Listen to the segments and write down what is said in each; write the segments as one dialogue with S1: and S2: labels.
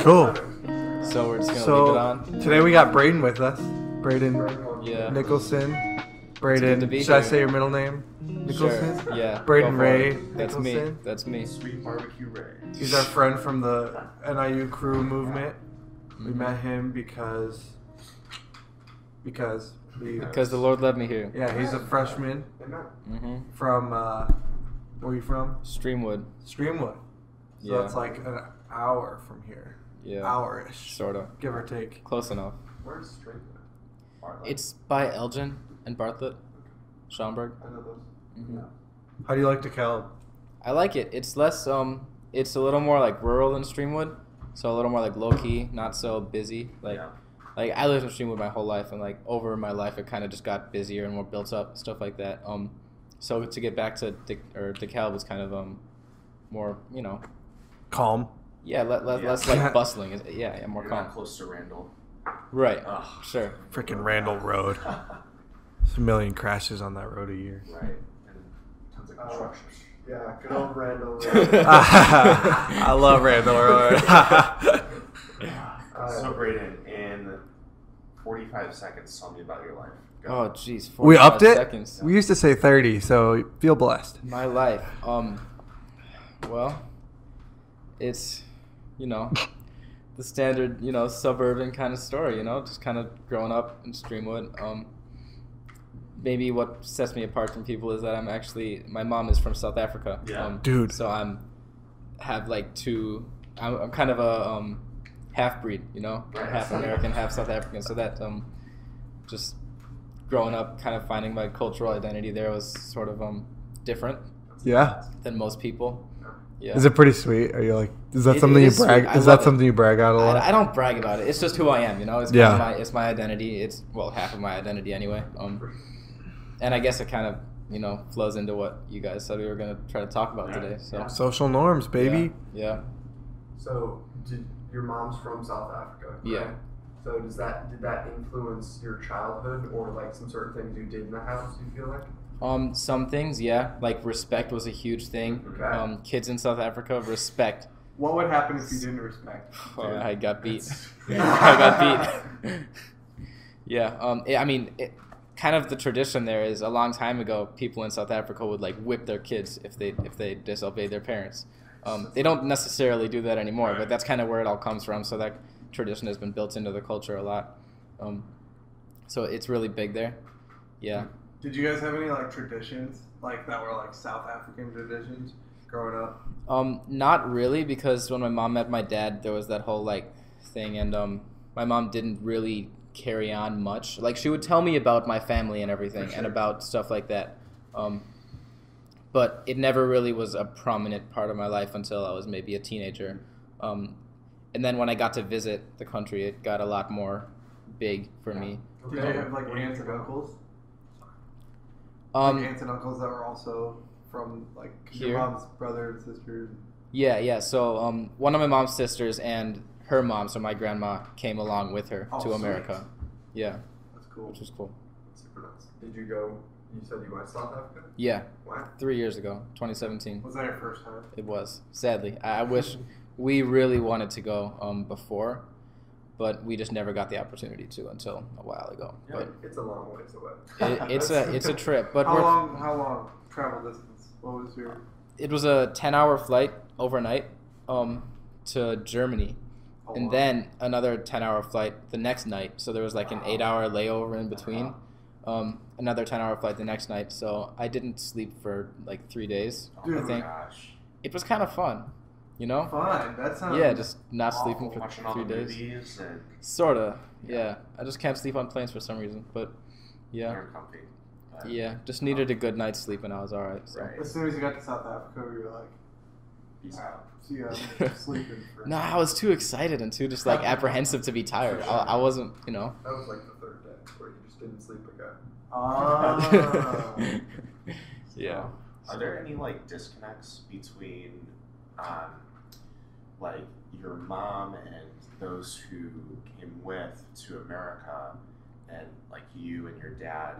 S1: Cool.
S2: So we're just gonna leave it
S1: So
S2: on.
S1: today we got Braden with us. Braden
S2: Yeah.
S1: Nicholson.
S2: good to
S1: Braden,
S2: be
S1: should I
S2: here.
S1: say your middle name? Nicholson.
S2: Sure. Yeah.
S1: Braden
S2: go for it.
S1: Ray
S2: That's me.
S1: Nicholson.
S2: That's me.
S3: Sweet barbecue Ray.
S1: He's our friend from the NIU crew movement.
S2: Mm-hmm.
S1: We met him because because we
S2: Because the Lord led me here.
S1: yeah he's a freshman
S2: hmm
S1: from uh, where are you from?
S2: Streamwood.
S1: Streamwood. So
S2: Yeah.
S1: that's like an hour from here,
S2: yeah.
S1: hour-ish,
S2: Sort of.
S1: give or take.
S2: Close enough.
S3: Where's Straight?
S2: It's by Elgin and Bartlett, Schaumburg.
S3: I know those.
S2: hmm
S1: How do you like DeKalb?
S2: I like it. It's less um. It's a little more like rural than Streamwood, so a little more like low key, not so busy. Like
S3: Yeah.
S2: like I lived in Streamwood my whole life, and like over my life, it kind of just got busier and more built up stuff like that. Um, so to get back to Dick or DeKalb was kind of um, more you know
S1: Calm.
S2: yeah, le- le-
S3: Yeah.
S2: less like bustling. Is- Yeah, yeah, more
S3: You're not
S2: calm.
S3: close to Randall.
S2: Right.
S3: Ugh.
S2: Sure.
S1: Freaking Randall Road.
S3: right.
S1: There's a million crashes on that road a year.
S3: And tons of construction.
S4: Yeah, good old Randall.
S1: I love Randall Road.
S3: so Braden, in 45 seconds, tell me about your life.
S2: Oh jeez.
S1: we
S2: 45
S1: upped it.
S2: Seconds.
S1: We used to say 30, so feel blessed.
S2: My life. Um, well, it's, you know, the standard, you know, suburban kind of story, you know, just kind of growing up in Streamwood. Um, maybe what sets me apart from people is that I'm actually, my mom is from South Africa.
S3: Yeah.
S2: Um,
S1: Dude.
S2: So I'm, have like two, I'm, I'm kind of a um, half breed, you know, I'm half American, half South African. So that um, just growing up, kind of finding my cultural identity there was sort of um, different
S1: Yeah.
S2: than most people. Yeah.
S1: Is it pretty sweet? Are you like? Is that
S2: It-
S1: something
S2: it
S1: you
S2: is
S1: brag?
S2: sweet. I
S1: Is that
S2: love it.
S1: something you brag out a lot?
S2: I, I don't brag about it. It's just who I am, you know. It's
S1: Yeah.
S2: yeah. my it's my identity. It's well half of my identity anyway. Um, and I guess it kind of you know flows into what you guys said we were gonna try to talk about
S3: Yeah.
S2: today. So
S3: Yeah.
S1: Social norms, baby.
S2: Yeah.
S4: So, did, your mom's from South Africa. correct?
S2: Yeah.
S4: So, does that did that influence your childhood or like some certain things you did in the house? You feel like?
S2: Um, some things, yeah, like respect was a huge thing.
S4: Okay.
S2: Um, kids in South Africa, respect.
S5: What would happen if you didn't respect?
S2: Oh, I got beat. I
S4: That's-
S2: got beat. yeah. Um. It, I mean, it, kind of the tradition there is a long time ago, people in South Africa would like whip their kids if they if they disobeyed their parents. Um, they don't necessarily do that anymore, but that's kind of where it all comes from. So that tradition has been built into the culture a lot. Um, so it's really big there. Yeah.
S5: Did you guys have any like traditions like that were like South African traditions growing up?
S2: Um, not really, because when my mom met my dad, there was that whole like thing, and um, my mom didn't really carry on much. Like she would tell me about my family and everything, and about stuff like that. Um, but it never really was a prominent part of my life until I was maybe a teenager. Um, and then when I got to visit the country, it got a lot more big for me.
S5: Did you have like aunts and uncles?
S2: Um,
S5: like, aunts and uncles that were also from like 'cause
S2: Here?
S5: your mom's brother and sister.
S2: Yeah, yeah. So um, one of my mom's sisters and her mom, so my grandma, came along with her
S5: Oh,
S2: to
S5: sweet.
S2: America. Yeah,
S5: That's cool.
S2: which was cool.
S4: Super nice. Did you go? You said you went to South Africa.
S2: Yeah,
S4: Wow.
S2: three years ago, 2017.
S5: Was that your first time?
S2: It was sadly. I, I wish we really wanted to go um, before, but we just never got the opportunity to until a while ago.
S4: Yeah, it's a long ways away.
S2: But it, it's a it's a trip. But
S5: how
S2: we're,
S5: long? How long travel distance? What was your?
S2: it was a 10 hour flight overnight um, to Germany.
S5: how
S2: and
S5: long?
S2: then another 10 hour flight the next night so there was like an 8 hour layover in between um, another 10 hour flight the next night so i didn't sleep for like three days
S3: oh
S5: Dude.
S2: i
S3: my
S2: think
S3: gosh.
S2: it was kind of fun you know
S5: fine. That sounds
S2: yeah just not
S3: Awful.
S2: sleeping for
S3: Watching all
S2: three
S3: the
S2: days
S3: movies and
S2: sort of yeah i just can't sleep on planes for some reason but yeah
S3: they're comfy. But
S2: yeah just needed a good night's sleep and i was all right so
S3: Right.
S5: As soon as you got to South Africa, we were like,
S3: Peace
S5: "All right,
S3: out.
S5: see ya. I'm sleeping for.
S2: no i was too excited and too just like apprehensive to be tired i, I wasn't you know
S4: That was like the third day where you just didn't sleep again.
S3: Oh.
S5: Ah.
S2: yeah
S3: Are there any like disconnects between, um, like your mom and those who came with to America, and like you and your dad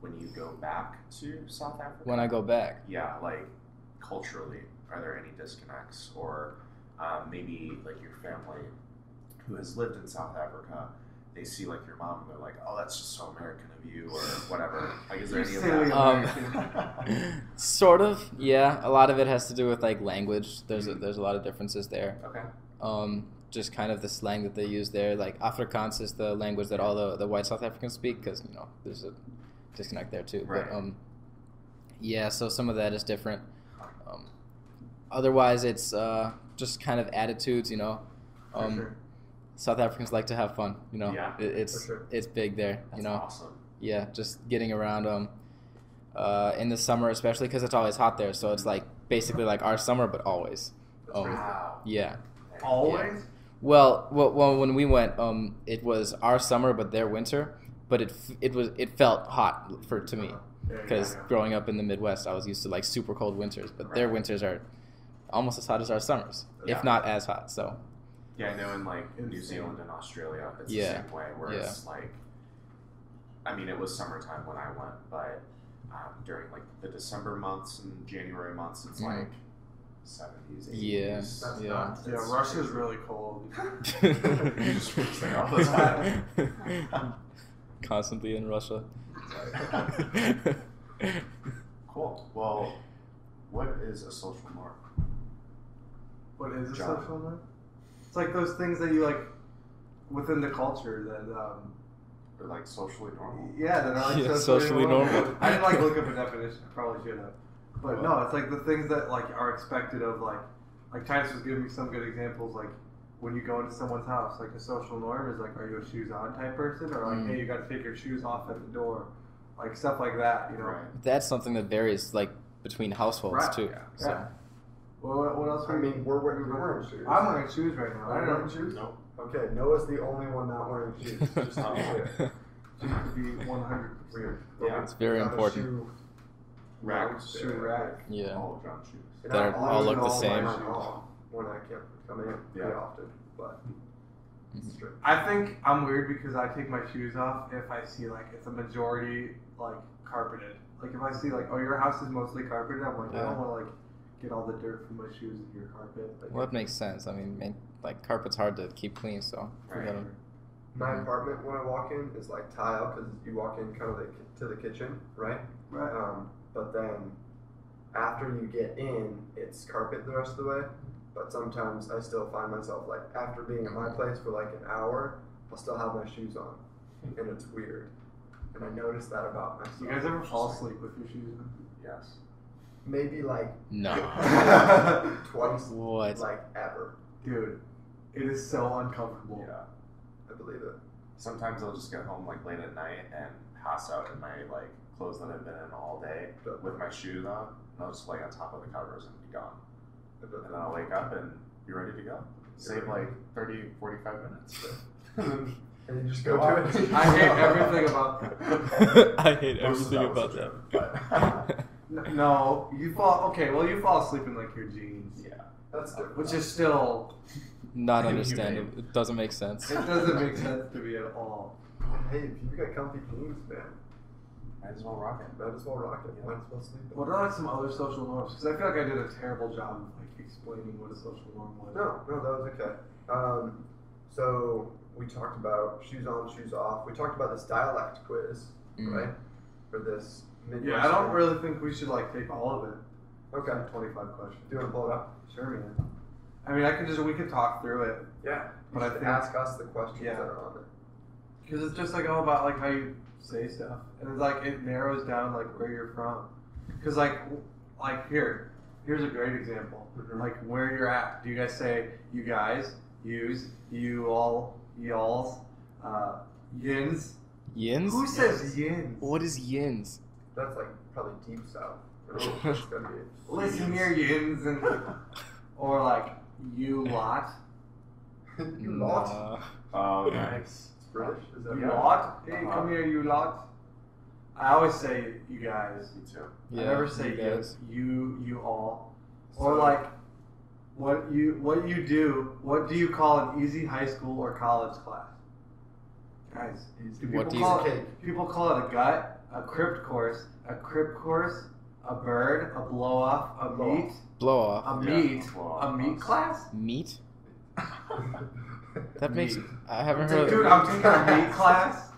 S3: when you go back to South Africa?
S2: when i go back
S3: yeah, like culturally, are there any disconnects or um, maybe like your family who has lived in South Africa, they see like your mom and they're like, "Oh, that's just so American of you," or whatever. Like, is there
S5: You're
S3: any of
S5: silly
S3: that?
S2: Um,
S5: American.
S2: sort of, yeah. A lot of it has to do with like language. There's a, there's a lot of differences there.
S3: okay.
S2: Um, just kind of the slang that they use there. Like Afrikaans is the language that all the, the white South Africans speak because you know there's a disconnect there too.
S3: Right.
S2: But um, yeah. So some of that is different. Um, otherwise, it's uh, just kind of attitudes. You know,
S5: For
S2: um,
S5: sure.
S2: South Africans like to have fun. You know,
S3: Yeah,
S2: it, it's
S4: for sure.
S2: it's big there.
S3: That's
S2: you know,
S3: awesome.
S2: yeah, just getting around um, uh, in the summer especially because it's always hot there. So it's like basically like our summer, but always.
S4: That's
S2: Um,
S4: crazy.
S3: Wow.
S2: yeah.
S5: Always?
S2: Well, well, well, when we went, um, it was our summer, but their winter. But it f- it was it felt hot for to me
S4: Uh, Yeah, yeah,
S2: because
S4: yeah.
S2: growing up in the Midwest, I was used to like super cold winters, but their winters are almost as hot as our summers,
S3: Yeah.
S2: if not as hot. So
S3: Yeah, I know in like New
S5: Insane.
S3: Zealand and Australia, it's
S2: Yeah.
S3: the same way where it's like, I mean, it was summertime when I went, but um, during like the December months and January months, it's
S2: Mhm.
S3: like 70s, 80s.
S2: Yeah.
S4: That's
S2: Yeah.
S4: nuts.
S5: Yeah,
S4: That's-
S5: Russia's really cold.
S3: just reach there all the time.
S2: constantly in Russia.
S3: cool. Well, what is a social norm?
S5: What is a
S3: John.
S5: social norm? It's like those things that you like within the culture that um,
S3: Or like socially normal?
S5: Yeah, they're not like
S2: Yeah, socially
S5: socially,
S2: normal.
S5: normal. I didn't like look up a definition. I Probably should have. But no, it's like the things that like are expected of like like Titus was giving me some good examples like when you go into someone's house, like a social norm is like, are you a shoes on type person, or like,
S2: Mm.
S5: hey, you got to take your shoes off at the door, like stuff like that, you know?
S3: Right.
S2: That's something that varies like between households
S5: Right,
S2: too.
S5: yeah,
S2: So
S5: yeah. Well, what, what else?
S4: I
S5: we-
S4: mean, we're wearing, you're wearing shoes.
S5: I'm wearing shoes right now.
S4: Are
S5: I
S4: you wearing
S5: don't
S4: shoes?
S3: Nope.
S4: Okay, Noah's the only one not wearing shoes. Just to be clear.
S5: know. Shoes would be 100
S4: Weird.
S3: Yeah.
S2: it's very
S4: Not a
S2: important.
S4: shoe-
S3: Rack.
S5: shoe rack.
S2: Yeah.
S3: All of John's shoes.
S4: And
S2: That
S4: I
S2: are- all
S4: always
S2: look the
S4: know
S2: same.
S4: mine are all When I can't come in pretty
S3: Yeah.
S4: often, but
S2: Mm-hmm.
S4: it's true.
S5: I think I'm weird because I take my shoes off if I see like it's a majority like carpeted. Like if I see like oh your house is mostly carpeted, I'm like I
S2: Yeah.
S5: don't want to like get all the dirt from my shoes in your carpet. Like,
S2: Well, that makes sense. I mean, man, like carpet's hard to keep clean, so we
S3: Right.
S2: gotta-
S4: My
S5: Mm-hmm.
S2: Mhm.
S4: apartment when I walk in is like tile because you walk in kind of the, ki- to the kitchen, right?
S5: Right.
S4: Um, but then after you get in, it's carpet the rest of the way. But sometimes I still find myself like after being at my place for like an hour, I'll still have my shoes on, and it's weird. And I noticed that about myself.
S5: You guys ever fall asleep with your shoes on?
S3: Yes.
S4: Maybe like
S2: no.
S4: twice,
S2: What?
S4: like ever.
S5: Dude, it is so uncomfortable.
S3: Yeah.
S4: I believe it.
S3: Sometimes I'll just get home like late at night and pass out in my like clothes that I've been in all day
S4: But
S3: with my shoes on, and I'll just lay on top of the covers and be gone.
S4: I don't
S3: And
S4: know.
S3: then I'll wake up and you're ready to go. Save like 30, 45 minutes.
S4: And then just go to it.
S5: I hate everything about that.
S2: I hate
S3: Most of
S2: everything
S3: that
S2: about
S3: was a
S2: that.
S3: joke, but-
S5: N- No, you fall. Okay, well you fall asleep in like your jeans,
S3: yeah.
S4: That's different.
S5: which is still
S2: Not
S3: You
S2: understandable.
S3: name
S2: It doesn't make sense.
S5: it doesn't make sense to me at all.
S4: Hey, if you got comfy jeans, man,
S3: Might as well rock it.
S4: might as well rock it. Might as well sleep. in
S5: What are like some other social norms? Because I feel like I did a terrible job of like explaining what a social norm was.
S4: No, no, that was okay. Um, so we talked about shoes on, shoes off. We talked about this dialect quiz,
S2: Mm.
S4: right? For this Midwestern.
S5: Yeah, I don't really think we should like take all of it.
S4: Okay.
S5: Twenty-five questions.
S4: Do you want to pull it up?
S5: Sure, man. I mean, I can just we could talk through it
S4: Yeah.
S5: But I
S4: should
S5: think-
S4: ask us the questions
S5: Yeah.
S4: that are on it.
S5: because it's just like all about like how you say stuff, and it's like it narrows down like where you're from. Because like w- like here, here's a great example. Like where you're at. Do you guys say you guys, yous, you all, y'alls, uh, yins?
S2: Yins?
S5: Who says yins?
S2: What is yins?
S4: That's like probably deep south. Oh, It's gonna be.
S5: Listen here, yins, and or like you lot.
S4: you lot.
S2: Nah.
S3: Oh, nice.
S4: It's British. Is that
S5: You
S4: right?
S5: lot? Hey,
S3: Uh-huh.
S5: come here, you lot. I always say you guys.
S3: Me too.
S2: Yeah,
S5: I never say
S2: you
S5: you,
S2: guys.
S5: you, you all. Or
S4: So-
S5: like, what you, what you do? What do you call an easy high school or college class? Guys,
S4: Easy.
S5: do
S2: What
S5: people
S2: do you-
S5: call it?
S4: Cake.
S5: People call it a gut, a crypt course, a crypt course, a bird, a blow off, a
S4: Blow
S5: meat,
S2: Blow off.
S5: a
S3: Yeah,
S5: meat,
S3: blow
S5: a
S3: off.
S5: meat class.
S2: Meat? That makes. I haven't heard
S5: Dude,
S2: of
S5: I'm taking a meat class.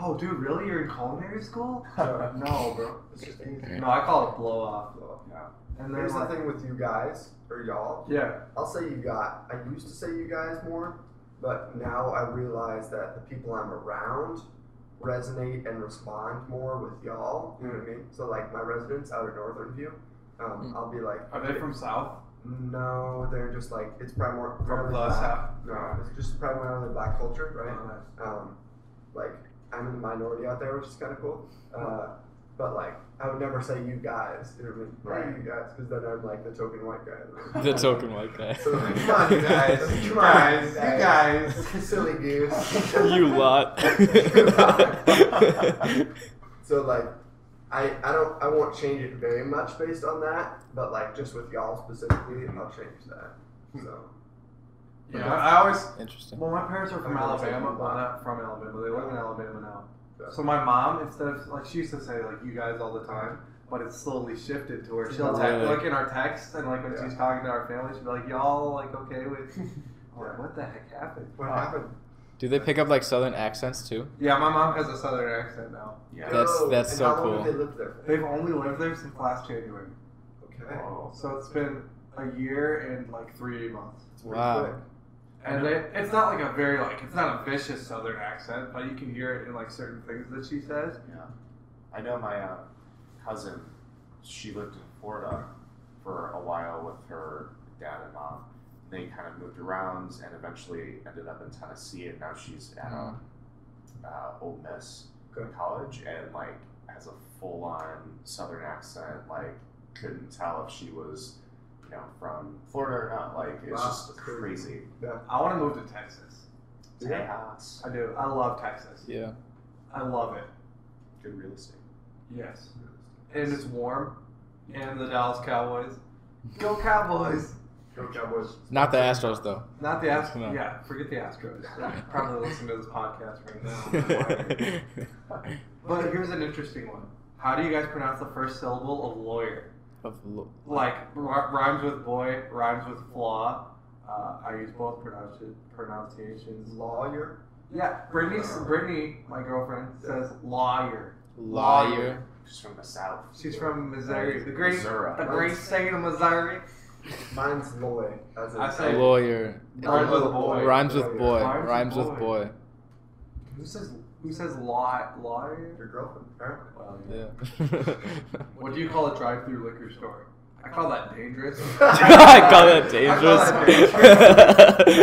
S5: Oh, dude, really? You're in culinary school? No, bro. It's just easy. No, I call it blow off.
S3: Yeah.
S5: And then
S4: Here's the
S5: like,
S4: thing with you guys or y'all.
S5: yeah,
S4: I'll say you got. I used to say you guys more, but now I realize that the people I'm around resonate and respond more with y'all. You know what I mean? So like my residents out at Northern View, um, I'll be like,
S5: are they from South?
S4: no, they're just like it's primor-
S5: From
S4: primarily
S5: the
S4: black.
S5: South?
S4: No, it's just primarily black culture, right?
S5: Uh,
S4: um, like I'm in the minority out there, which is kind of cool. Uh, but like I would never say you guys, you know what I mean? Right.
S3: Right.
S4: you guys, because then I'm like the token white guy.
S2: the token white guy.
S4: So like, come on, you guys, come on, you guys, silly goose.
S2: you lot.
S4: So like, I I don't I won't change it very much based on that, but like just with y'all specifically, I'll change that. So
S5: yeah, I always
S2: Interesting.
S5: Well, my parents are from
S4: Okay, that's
S5: Alabama.
S4: okay.
S5: Well, not from Alabama. They live in Alabama now.
S4: Yeah.
S5: So my mom, instead of like she used to say like you guys all the time, but it's slowly shifted to where she'll
S2: Really?
S5: text, like in our texts and like when
S4: Yeah.
S5: she's talking to our family, she'll be like y'all like okay with. I'm like,
S4: Yeah.
S5: what the heck happened?
S4: what
S5: Oh.
S4: happened?
S2: Do they pick up like southern accents too?
S5: Yeah, my mom has a southern accent now.
S3: Yeah.
S2: That's-
S4: Yo,
S2: that's
S4: and
S2: so
S4: how long
S2: cool.
S4: Have they lived there. for?
S5: They've only lived there since last January,
S4: Okay.
S3: Whoa.
S5: so it's been a year and like three months.
S4: It's pretty
S2: Wow.
S4: quick.
S5: And they, it's not like a very like it's not a vicious southern accent, but you can hear it in like certain things that she says.
S3: Yeah. I know my uh, cousin, she lived in Florida for a while with her dad and mom. They kind of moved around and eventually ended up in Tennessee, and now she's at um uh, Ole Miss
S4: Okay.
S3: College and like has a full on Southern accent. Like, couldn't tell if she was, you know, from Florida or not. Like, it's
S4: Wow,
S3: just
S4: that's crazy.
S3: crazy.
S5: I want to move to Texas.
S4: Yeah.
S3: Texas.
S5: I do. I love Texas.
S2: Yeah.
S5: I love it.
S3: Good real estate.
S5: Yes. And it's warm. And the Dallas Cowboys. Go Cowboys!
S4: Go Cowboys.
S2: Not the Astros though.
S5: Not the Astros.
S2: No.
S5: Yeah, forget the Astros. They're probably listening to this podcast right now.
S2: of
S5: but here's an interesting one. How do you guys pronounce the first syllable of lawyer?
S2: lo-
S5: Like, r- rhymes with boy, rhymes with flaw. Uh, I use both pronunci- pronunciations.
S4: Lawyer.
S5: Yeah, Brittany, Brittany, my girlfriend, says lawyer.
S2: liar.
S3: She's from the South.
S5: She's from Missouri. The great,
S3: Missouri.
S5: the great state of Missouri.
S4: Mine's Loy. As in
S5: I say-
S2: Lawyer.
S5: Rhymes with boy.
S2: Rhymes with boy.
S5: Rhymes with
S2: Rhymes with
S5: boy.
S2: boy.
S5: Who says who says law lawyer?
S4: Your girlfriend, apparently.
S5: Well, yeah.
S2: Yeah.
S5: What do you call a drive-through liquor store? I call that dangerous.
S2: I call that
S5: I call that
S2: dangerous.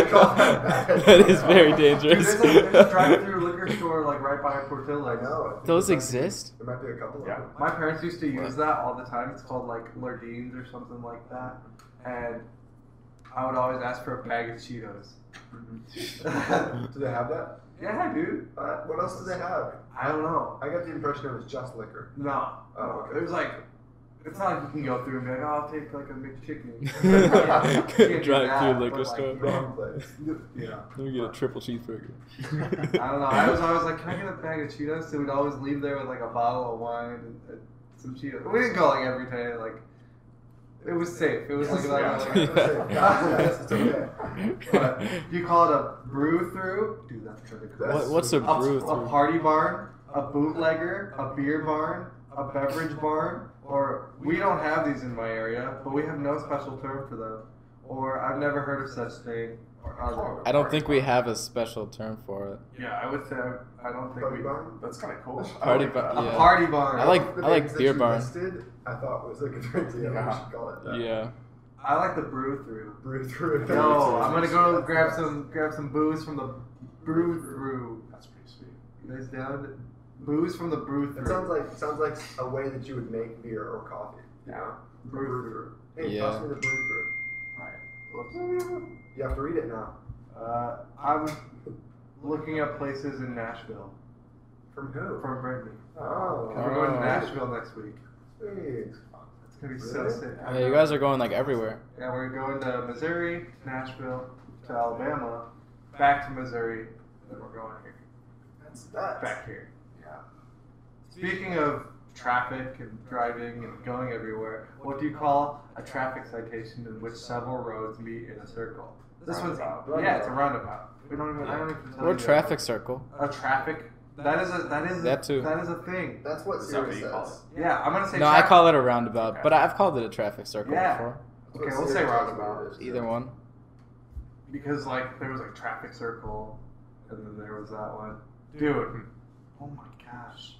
S4: I call that dangerous.
S2: that is very
S5: Dude,
S2: dangerous.
S5: there's, a, there's a drive-through liquor store like right by
S4: I
S5: Portillo's.
S4: know. I think
S2: Those
S4: there might be-
S2: exist?
S4: There might be a couple
S3: Yeah.
S4: of them.
S5: My parents used to use that all the time. It's called like Lardine's or something like that. And I would always ask for a bag of Cheetos.
S4: Mm-hmm. do they have that?
S5: yeah, dude.
S4: Uh, what else do they have?
S5: I don't know.
S4: I got the impression it was just liquor.
S5: No.
S4: Oh, okay.
S5: There's like, it's not like you can go through and be like, oh, I'll take like a McChicken. You can't do that,
S2: Drive-through
S5: but,
S2: liquor
S5: like,
S2: store.
S4: Wrong place.
S5: Yeah.
S2: Let me get a triple cheeseburger.
S5: I don't know. I was always like, can I get a bag of Cheetos? So we'd always leave there with like a bottle of wine and, and some Cheetos. We didn't go like every day. Like, it was safe. It was like, like,
S4: Yeah. Yes, it's okay.
S5: but you call it a brew through. Dude, that's pretty cool.
S4: That's-
S2: What, what's a
S5: A,
S2: brew
S5: a
S2: through?
S5: party barn, a bootlegger, a beer barn, a beverage barn, or we don't have these in my area, but we have no special term for them. Or I've never heard of such thing. Or other.
S2: I don't think we have a special term for it.
S5: Yeah, I would say I, I don't think
S4: Party
S5: we.
S4: barn?
S3: That's kind of cool.
S2: Party bu-
S5: A
S2: yeah.
S5: party barn.
S2: I like-
S4: The
S2: I like
S4: names that
S2: beer
S4: you
S2: barn.
S4: listed, I thought was like a good idea. We
S3: Yeah.
S4: should call it that.
S2: Yeah.
S5: I like the brew through.
S4: Brew through.
S5: No, I'm gonna go grab some grab some booze from the brew through.
S3: That's pretty sweet.
S5: You guys down? to- Booze from the brew
S4: It sounds
S5: through.
S4: like sounds like a way that you would make beer or coffee. You
S3: Yeah.
S4: know?
S5: Brew through.
S4: Hey,
S2: Yeah.
S4: toss me the brew through.
S3: Right.
S4: You have to read it now.
S5: Uh, I'm looking up places in Nashville
S4: From who?
S5: from Brittany.
S4: Oh,
S5: We're going to
S2: Oh.
S5: Nashville next week.
S4: sweet.
S5: It's gonna be so
S4: Really?
S5: sick.
S2: Yeah, you guys are going like everywhere.
S5: Yeah, we're going to Missouri, Nashville, to Alabama, back to Missouri, then we're going here,
S4: That's that.
S5: back here.
S3: Yeah.
S5: Speaking of traffic and driving and going everywhere. What do you call a traffic citation in which several roads meet in a circle? This one's
S3: Roundabout.
S5: yeah, it's a roundabout. We don't even. I don't even tell
S2: Or
S5: you that.
S2: traffic circle.
S5: A traffic. That is a that is
S2: That
S5: a,
S2: too.
S5: that is a thing.
S4: That's what
S3: Is that what
S4: Siri
S3: you
S4: says.
S3: call
S5: Yeah, I'm gonna say.
S2: No, I
S5: traffic.
S2: call it a roundabout,
S3: Okay.
S2: but I've called it a traffic circle
S5: Yeah.
S2: before.
S4: That's what
S5: Okay, we'll
S4: Siri
S5: say
S4: tells me
S5: roundabout.
S4: it is.
S2: Either one.
S5: because like there was like traffic circle, and then there was that one. Dude, oh my gosh,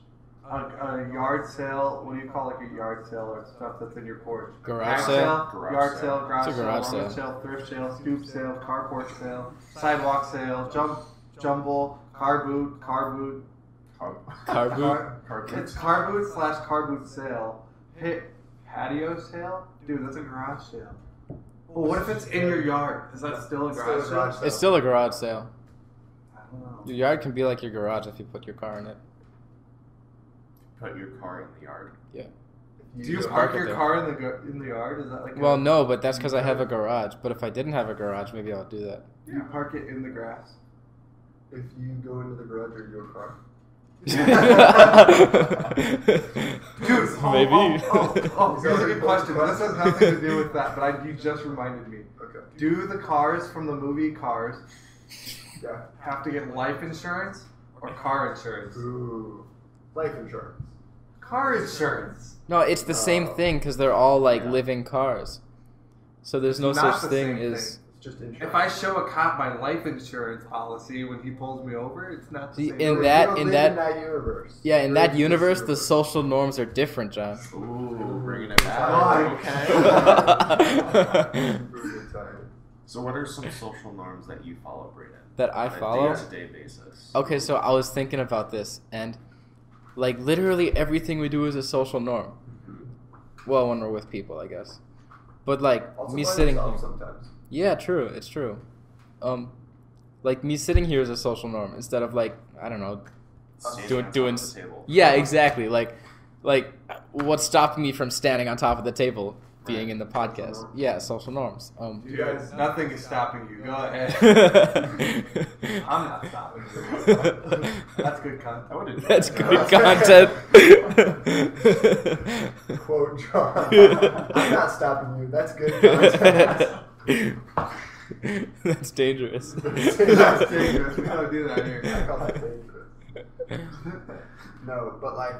S5: a, a yard sale. What do you call like a yard sale or stuff that's in your porch?
S2: Garage
S5: Pack
S2: sale.
S3: Garage
S5: yard
S3: sale.
S5: sale, garage,
S2: It's a
S5: sale,
S2: garage
S5: rummage
S2: sale.
S5: sale, thrift sale, stoop sale, carport sale, sidewalk sale, jump, jumble, car boot, car boot.
S3: Car-
S2: Car boot.
S5: Car,
S3: car-
S5: it's car boot slash car boot sale. Hit patio sale, dude. That's a garage sale. Well, what if it's in your yard? Is that still a
S4: It's
S5: garage
S4: still a
S5: sale?
S4: garage sale.
S2: It's still a garage sale.
S5: I don't know.
S2: Your yard can be like your garage if you put your car in it.
S3: Put your car in the yard.
S5: Do you
S2: Just
S5: park,
S2: park it
S5: your
S2: there.
S5: car in the gar- in the yard? Is that like a-
S2: Well, no, but that's because I have a garage. But if I didn't have a garage, maybe I'll do that.
S5: you park it in the grass?
S4: If you go into the garage or your car.
S5: Dude, oh,
S2: maybe.
S5: Oh, oh, oh, here's a good question. This has nothing to do with that, but I, you just reminded me.
S4: Okay.
S5: Do the cars from the movie Cars
S4: Yeah.
S5: have to get life insurance or car insurance?
S4: Ooh. Life insurance.
S5: Car insurance.
S2: No, it's the same
S4: Oh.
S2: thing because they're all like
S3: Yeah.
S2: living cars. So there's no
S5: Not
S2: such
S5: the
S2: thing as.
S5: same
S4: It's just insurance.
S5: If I show a cop my life insurance policy when he pulls me over, it's not the
S2: See,
S5: same.
S2: in
S4: You
S2: that-
S4: don't
S2: in
S4: live
S2: that-
S4: in that universe.
S2: Yeah, in
S4: You're
S2: that
S4: this
S2: universe, the social norms are different, John.
S3: Ooh, bringing it back.
S4: God.
S3: Okay.
S4: I'm really tired.
S3: so, what are some social norms that you follow, Brayden?
S2: That I
S3: on
S2: follow. Oh,
S3: a day-to-day basis.
S2: Okay, so I was thinking about this, and like literally everything we do is a social norm. Well, when we're with people, I guess. But like
S4: Also
S2: me
S4: by
S2: sitting
S4: yourself
S2: here.
S4: sometimes.
S2: Yeah, true. It's true. Um, like me sitting here is a social norm instead of like I don't know.
S3: Standing
S2: Doing-
S3: on top
S2: doing
S3: of the
S2: s-
S3: table.
S2: Yeah, exactly. Like, like what stopped me from standing on top of the table being
S3: Right.
S2: in the podcast?
S4: norms.
S2: Yeah, social norms. Um.
S5: Dude, nothing is stopping you. Go ahead. I'm
S2: I'm
S5: not stopping you. That's
S2: That's
S5: good content.
S3: I would enjoy
S2: That's
S3: that.
S2: good content.
S4: Quote John. I'm not stopping you. That's good. content.
S2: That's dangerous.
S4: That's
S5: dangerous. We don't do that here.
S4: I call that dangerous. No, but like,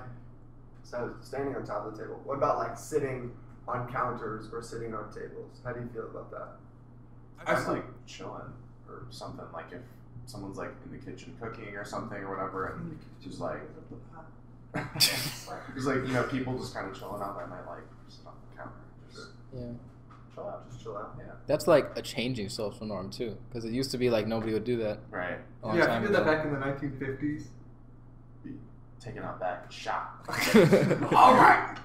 S4: so standing on top of the table. What about like sitting on counters or sitting on tables? How do you feel about that?
S5: I
S3: I'm
S5: just like
S3: like chilling or something. Like if someone's like in the kitchen cooking or something or whatever, and just like it's like you know people just kind of chilling out. I might like sit on the counter, and just
S2: Yeah.
S3: chill out.
S4: Just chill out.
S2: That's like a changing social norm too, because it used to be like nobody would do that.
S3: Right,
S2: A long
S5: yeah, if
S2: time
S5: you did that
S2: ago.
S5: back in the 1950s.
S3: taking out back shot.
S2: All
S3: right.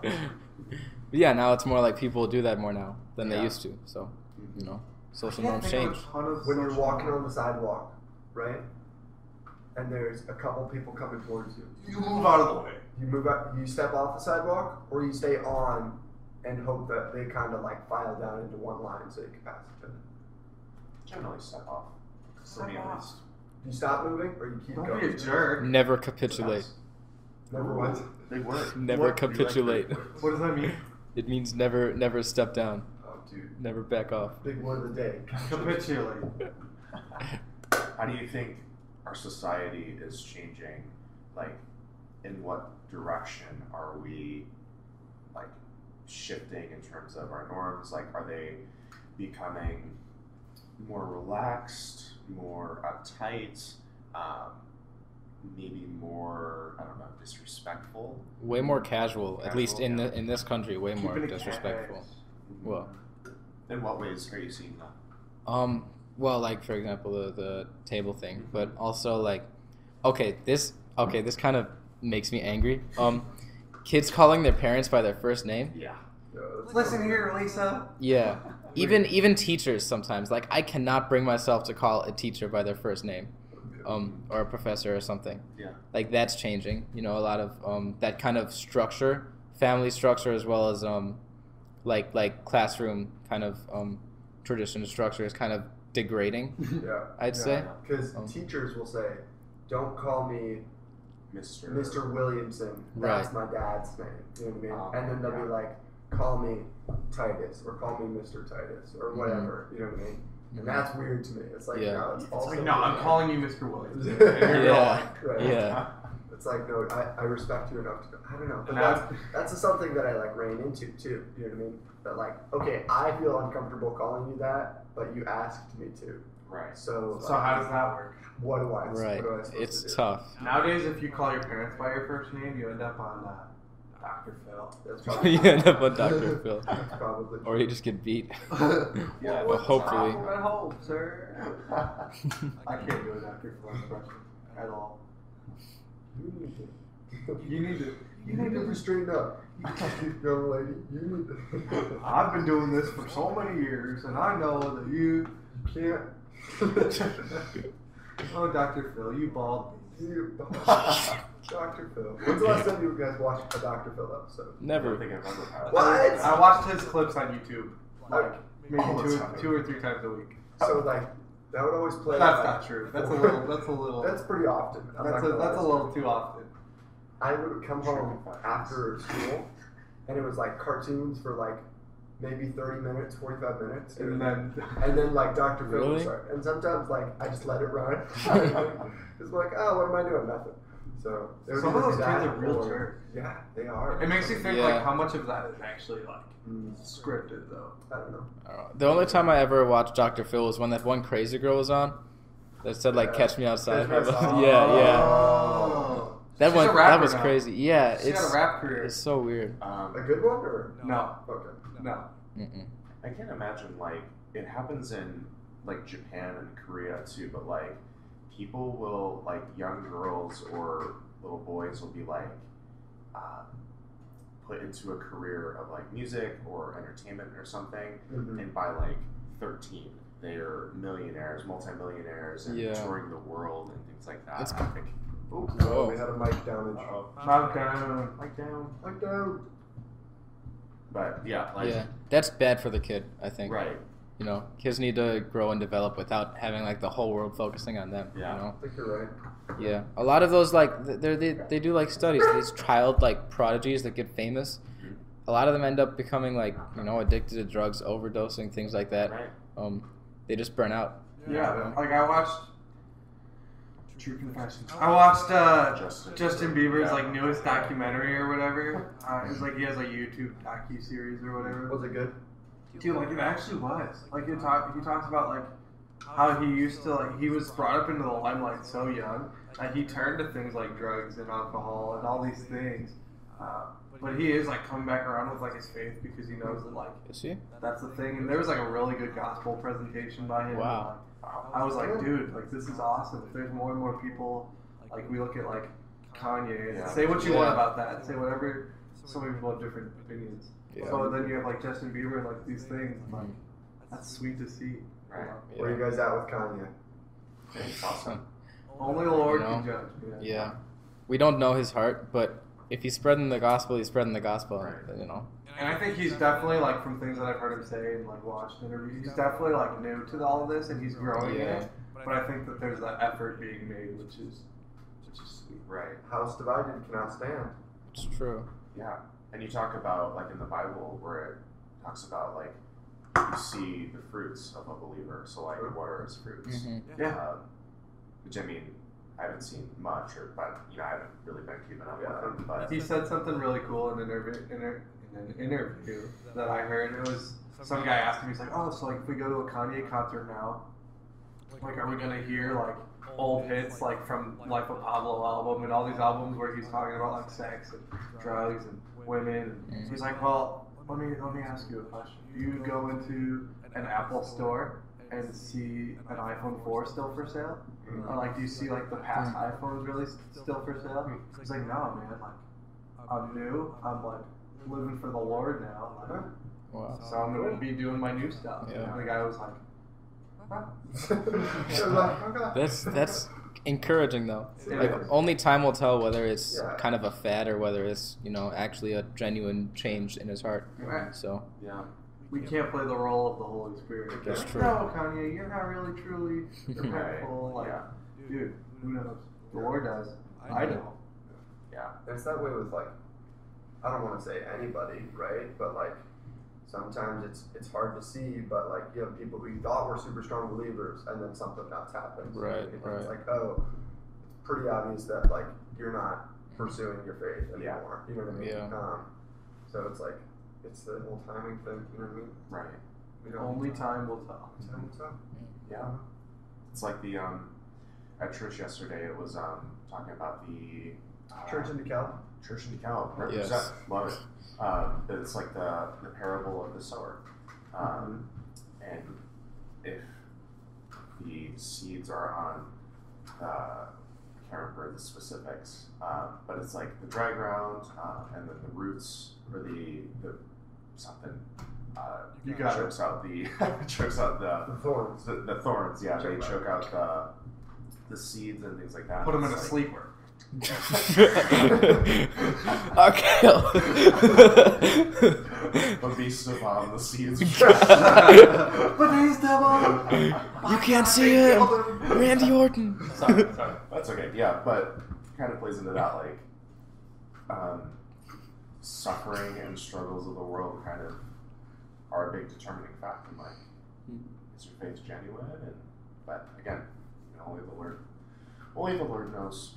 S2: But yeah, now it's more like people do that more now than they
S3: Yeah.
S2: used to. So, you know, social
S5: I can't
S2: norms
S5: think of a
S2: change.
S5: ton of
S4: When you're
S5: social
S4: walking
S5: norms.
S4: on the sidewalk, right? And there's a couple people coming towards you.
S5: you move out of the way.
S4: You move out. You step off the sidewalk, or you stay on and hope that they kind of like file down into one line so you can pass each other.
S3: Generally step off. For me
S5: Step
S3: at
S5: off.
S3: least.
S4: You stop moving, or you keep
S5: Don't
S4: going.
S5: be a jerk.
S2: Never capitulate.
S4: Never once.
S3: Big word.
S2: Never
S3: What? You like
S2: capitulate.
S3: big words?
S5: What does that mean?
S2: It means never, never step down,
S4: Oh, dude.
S2: never back off.
S4: Big word of the day.
S5: Capitulate.
S3: How do you think our society is changing? Like, in what direction are we, like, shifting in terms of our norms? Like, are they becoming more relaxed, more uptight, um, maybe more, I don't know, disrespectful?
S2: Way more casual, at least in
S3: Casual,
S2: the in this country, way more
S5: Keeping it
S2: disrespectful.
S5: cash.
S2: Well.
S3: in what ways are you seeing that?
S2: Um, well, like for example, the the table
S4: Mm-hmm.
S2: thing, but also like, okay, this okay, this kind of makes me angry. Um, kids calling their parents by their first name.
S3: Yeah.
S4: No, that's-
S5: Listen here, Lisa.
S2: Yeah. Even even teachers sometimes. Like I cannot bring myself to call a teacher by their first name, um, or a professor or something.
S3: Yeah.
S2: Like that's changing. You know, a lot of um, that kind of structure, family structure, as well as um, like like classroom kind of um, tradition and structure is kind of degrading.
S4: Yeah.
S2: I'd say.
S4: Because
S2: Um,
S4: teachers will say, "Don't call me
S3: Mr.
S4: Mr. Williamson. That's my dad's name. You know what I mean?
S5: Oh,
S4: and then they'll be like, call me Titus or call me Mr. Titus or
S2: Mhm.
S4: whatever. You know what I mean? And that's weird to me. It's like,
S2: Mm-hmm. Yeah.
S4: no, it's
S5: It's
S4: also
S5: like, no, I'm calling you Mr. Williams. And you're
S2: Yeah.
S4: Right.
S2: Yeah.
S4: It's like, no, I, I respect you enough to. I don't know. But
S5: And
S4: that's, that's something that I like ran into too. You know what I mean? That like, okay, I feel uncomfortable calling you that, but you asked me to.
S3: Right.
S4: So,
S5: going,
S4: like,
S5: So how does that work?
S4: what do I?
S2: Right.
S4: What am I supposed to
S2: It's
S4: do?
S2: tough.
S5: Nowadays, if you call your parents by your first name, you end up on uh, Dr. Phil.
S4: That's probably,
S2: you end up on Dr. Phil.
S4: that's probably
S2: Or you just get beat.
S3: Yeah.
S2: Well, hopefully.
S5: at home, sir. I can't do a Dr. Phil impression at all.
S4: You need to.
S5: You need to.
S4: You need to be straightened up. You young lady, you need to.
S5: I've been doing this for so many years, and I know that you
S4: Can't.
S5: Oh, Dr. Phil, you bald.
S4: You- Dr. Phil. When's the last time you guys watched a Dr. Phil episode?
S3: I don't
S2: Never.
S3: think I've ever had
S4: What?
S3: that.
S5: I watched his clips on YouTube, like
S4: Like,
S5: maybe
S3: all the
S5: two,
S3: time.
S5: two or three times a week.
S4: so like, that would always play.
S5: That's
S4: like-
S5: not true. That's a little. That's a little.
S4: uh, That's pretty often. I'm not
S5: that's a,
S4: gonna
S5: that's a
S4: lie.
S5: little too often.
S4: I would come
S3: Sure.
S4: home after school, and it was like cartoons for like maybe 30 minutes, 45 minutes,
S5: And then
S4: and then like Dr. Phil would
S2: Really?
S4: start. And sometimes like I just let it run. it's like, oh, what am I doing? Nothing. So it was
S5: some
S4: either
S5: of those
S4: that
S5: kids are real
S4: or-
S5: jerks.
S4: Yeah, they are.
S5: It makes you think
S2: Yeah.
S5: like how much of that is actually like
S4: Mm,
S5: scripted though.
S4: I don't know.
S2: Uh, The only time I ever watched Dr. Phil was when that one crazy girl was on. That said, like, catch me outside.
S4: Catch me outside.
S2: yeah, yeah.
S5: Oh.
S2: That
S5: She's a
S2: one, that
S5: rapper
S2: was
S5: now.
S2: crazy. Yeah,
S5: She had
S2: it's
S5: a rap career.
S2: it's so weird.
S4: A
S3: Um,
S4: good one or
S5: No,
S4: okay?
S5: no.
S2: Mm-mm.
S3: I can't imagine like it happens in like Japan and Korea too, but like people will like young girls or little boys will be like uh, put into a career of like music or entertainment or something,
S4: Mhm.
S3: and by like thirteen they're millionaires, multimillionaires, and
S2: Yeah.
S3: touring the world and things like that.
S2: That's-
S3: I think,
S4: Oh,
S2: Whoa.
S4: we had a mic down.
S3: oh,
S5: Mom down.
S3: like down.
S4: Mic down.
S3: But yeah, like
S2: yeah, that's bad for the kid. I think.
S3: right,
S2: You know, kids need to grow and develop without having like the whole world focusing on them.
S3: Yeah.
S2: You know.
S4: I think you're right.
S2: Yeah, a lot of those like th- they're, they they do like studies. These child like prodigies that get famous, a lot of them end up becoming like you know addicted to drugs, overdosing, things like that.
S3: right.
S2: Um, they just burn out.
S5: Yeah, like I watched True Confessions. I watched uh,
S3: Justin,
S5: Justin Bieber's
S3: Yeah.
S5: like newest documentary or whatever. Uh, it's like he has a YouTube docu series or whatever.
S4: Was it good?
S5: Dude, like it actually was. Like it talk, he talks about like how he used to like he was brought up into the limelight so young that he turned to things like drugs and alcohol and all these things. Uh, but he is like coming back around with like his faith because he knows that like
S2: You see?
S5: that's the thing. And there was like a really good gospel presentation by him.
S2: Wow.
S5: I was like, dude, like this is awesome. If there's more and more people, like we look at like Kanye, and
S3: Yeah.
S5: say what you
S2: Yeah.
S5: want about that, say whatever. So many people have different opinions.
S2: Yeah.
S5: So then you have like Justin Bieber and like these things. I'm like, that's sweet to see.
S3: Right.
S4: Were you guys out with Kanye?
S3: It's awesome.
S5: Only the Lord
S2: You
S5: can
S2: know?
S5: judge. Yeah.
S2: Yeah. We don't know his heart, but if he's spreading the gospel, he's spreading the gospel.
S3: Right.
S2: You know.
S5: And I think he's definitely like from things that I've heard him say and like watched interviews. He's definitely like new to all of this and he's growing in
S2: Yeah.
S5: it. But I think that there's that effort being made, which is, which is sweet.
S3: Right.
S4: House divided cannot stand.
S2: It's true.
S3: Yeah. And you talk about like in the Bible where it talks about like you see the fruits of a believer. So like what are his fruits?
S2: hmm
S5: Yeah.
S3: Um, which I mean, I haven't seen much, or but you know, I haven't really been keeping up with him. But
S5: He said something really cool in an interview, inter- in an interview that I heard. It was some guy asked him, he's like, "Oh, so like if we go to a Kanye concert now, like are we gonna hear like old hits like from Life of Pablo album and all these albums where he's talking about like sex and drugs and women?" And he's like, "Well, let me let me ask you a question. You go into an Apple store and see an iPhone 4 still for sale?"
S4: Mm.
S5: Or like, do you see like the past iPhones really s- still for sale? He's like, no, man. Like, I'm new. I'm like living for the Lord now. Like,
S2: Wow.
S5: so I'm gonna be doing my new stuff.
S2: Yeah.
S5: And the guy was like,
S4: They're like, oh God.
S2: That's that's encouraging though.
S5: It
S2: Like
S5: is.
S2: only time will tell whether it's
S4: Yeah.
S2: kind of a fad or whether it's you know actually a genuine change in his heart.
S5: "Right,
S2: So
S3: yeah,
S5: we can't play the role of the Holy Spirit.
S2: That's
S5: Like,
S2: true.
S5: No, Kanye, you're not really truly
S3: right,
S5: repentful. Like,
S3: yeah,
S5: dude, who knows? The Lord does. I don't.
S3: Yeah.
S4: And it's that way with like, I don't want to say anybody, right? But like, sometimes it's it's hard to see. But like, you have people who you thought were super strong believers, and then something nuts happens.
S2: Right,
S4: And
S2: right.
S4: It's like, oh, it's pretty obvious that like you're not pursuing your faith
S3: Yeah.
S4: anymore. You know what I mean?
S2: Yeah.
S4: Um, so it's like, it's the whole timing thing. You know what I mean?
S3: Right.
S4: We
S5: Only time will tell.
S4: time will tell.
S3: Yeah. It's like the um, at church yesterday. It was um talking about the uh,
S4: Church in DeKalb.
S3: church in DeKalb. Represent.
S2: Yes.
S3: Love it. Uh, it's like the the parable of the sower. Um, and if the seeds are on, uh, I can't remember the specifics, uh, but it's like the dry ground, uh, and then the roots or the the something. Uh,
S5: You got it.
S3: chokes out the chokes out the
S4: The thorns.
S3: the, the thorns, yeah,
S4: Choke
S3: they
S4: out.
S3: choke out the the seeds and things like that.
S5: Put them in
S3: It's
S5: a
S3: like-
S5: sleeper.
S2: I'll kill.
S3: A beast of on the seeds.
S5: Please, devil!
S2: you can't see him, Randy Orton.
S3: sorry, sorry. That's okay. Yeah, but kind of plays into that like um, suffering and struggles of the world kind of are a big determining factor. Like,
S2: Hmm.
S3: is your faith genuine? And but again, you know, only the Lord, only the Lord knows.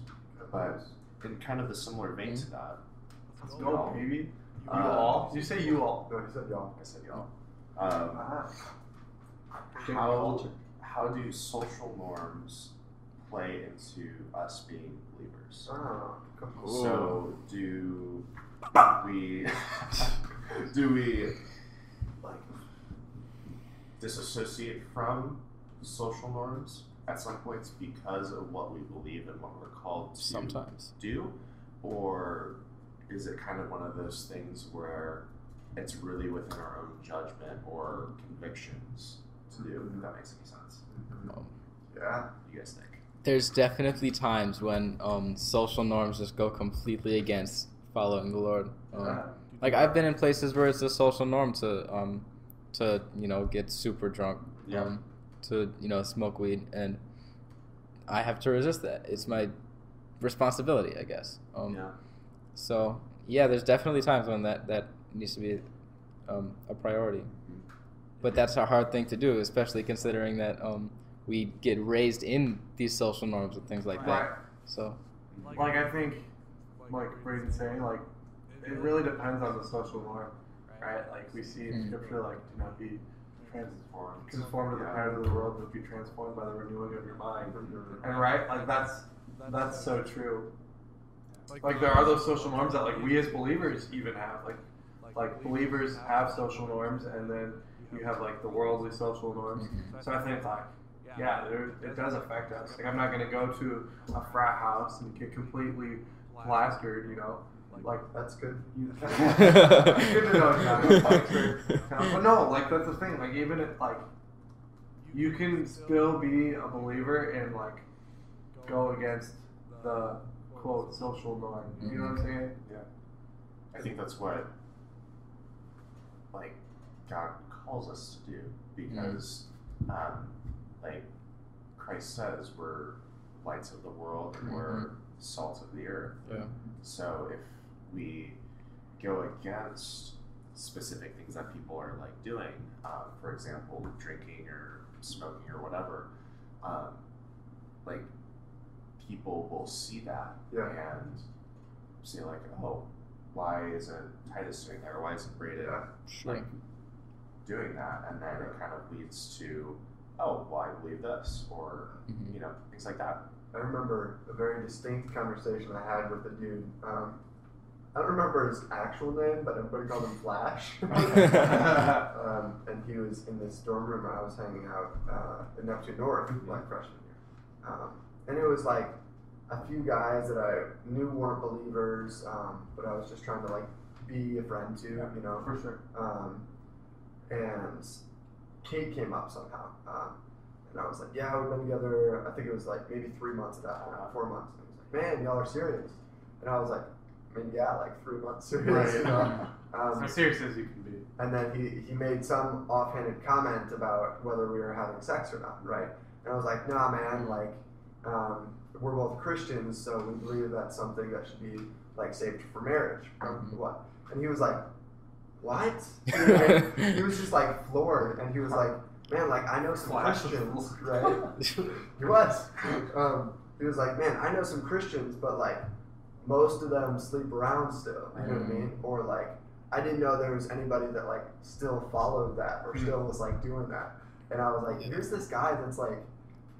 S3: But in kind of a similar vein to that,
S5: Let's
S3: you
S5: go,
S3: all-
S5: baby. You
S3: uh,
S5: all? You say you all.
S4: No, he said y'all.
S3: I said y'all. Um,
S5: Ah.
S3: how how do social norms play into us being believers?
S4: Oh, cool.
S3: So do we do we like disassociate from social norms at some points because of what we believe and what we're called to
S2: Sometimes.
S3: do, or is it kind of one of those things where it's really within our own judgment or convictions to do? If that makes any sense,
S4: Yeah.
S3: you guys think?
S2: There's definitely times when um, social norms just go completely against following the Lord. Um,
S5: Ah.
S2: like I've been in places where it's a social norm to um, to you know get super drunk,
S3: Yeah.
S2: um, to you know smoke weed, and I have to resist that. It's my responsibility, I guess. Um,
S3: yeah.
S2: So yeah, there's definitely times when that that needs to be um, a priority, but that's a hard thing to do, especially considering that um, we get raised in these social norms and things like that.
S5: Right.
S2: So
S5: Like, I think, like Braden's saying, like, it really depends on the social norm, right? Like, we see in
S2: Mm.
S5: scripture, like, do not be trans-
S3: Transformed.
S5: conformed to the
S3: Yeah.
S5: pattern of the world, but be transformed by the renewing of your mind.
S4: Mhm.
S5: And, right? Like, that's that's so true. Like, there are those social norms that, like, we as believers even have. Like, like believers have social norms, and then you have, like, the worldly social norms. So I think, like, yeah, there, it does affect us. Like, I'm not going to go to a frat house and get completely plastered, you know? Like,
S4: That's good.
S5: you.
S2: It's
S5: good to know it's not a plastered town. But no, like, that's the thing. Like, even if, like, you can still be a believer and, like, go against the quote social norm. You know what I'm saying?
S3: I think that's what like God calls us to do because um, like Christ says we're lights of the world and we're salt of the earth.
S2: Yeah.
S3: So if we go against specific things that people are like doing, um, for example, drinking or smoking or whatever, um, like people will see that
S4: Yeah.
S3: and say like, oh, why isn't Titus doing that, or why isn't Brady
S4: Yeah.
S2: Sure.
S3: doing that? And then it kind of leads to, oh, well, I believe this, or
S2: Mhm.
S3: you know, things like that.
S4: I remember a very distinct conversation I had with a dude. Um, I don't remember his actual name, but everybody called him Flash. um, and he was in this dorm room I was hanging out uh, in Neptune North, like freshman year. Um, and it was like a few guys that I knew weren't believers, um, but I was just trying to like be a friend to, you know.
S5: For sure.
S4: um, and Kate came up somehow. Um, and I was like, yeah, we've been together, I think it was like maybe three months at that point, four months. And he was like, man, y'all are serious. And I was like, I mean, yeah, like three months serious. you know? um,
S5: As serious as you can be.
S4: and then he, he made some offhanded comment about whether we were having sex or not, right? And I was like, nah, man, like, um, we're both Christians, so we believe that's something that should be like saved for marriage.
S2: Mhm.
S4: From what? And he was like, what? You know, he was just like floored, and he was like, man, like I know some
S5: Flash of-
S4: Christians, right? He was. Um, he was like, man, I know some Christians, but like most of them sleep around still. You know
S3: Mm-hmm.
S4: what I mean? Or like, I didn't know there was anybody that like still followed that
S3: Mm-hmm.
S4: or still was like doing that. And I was like, here's this guy that's like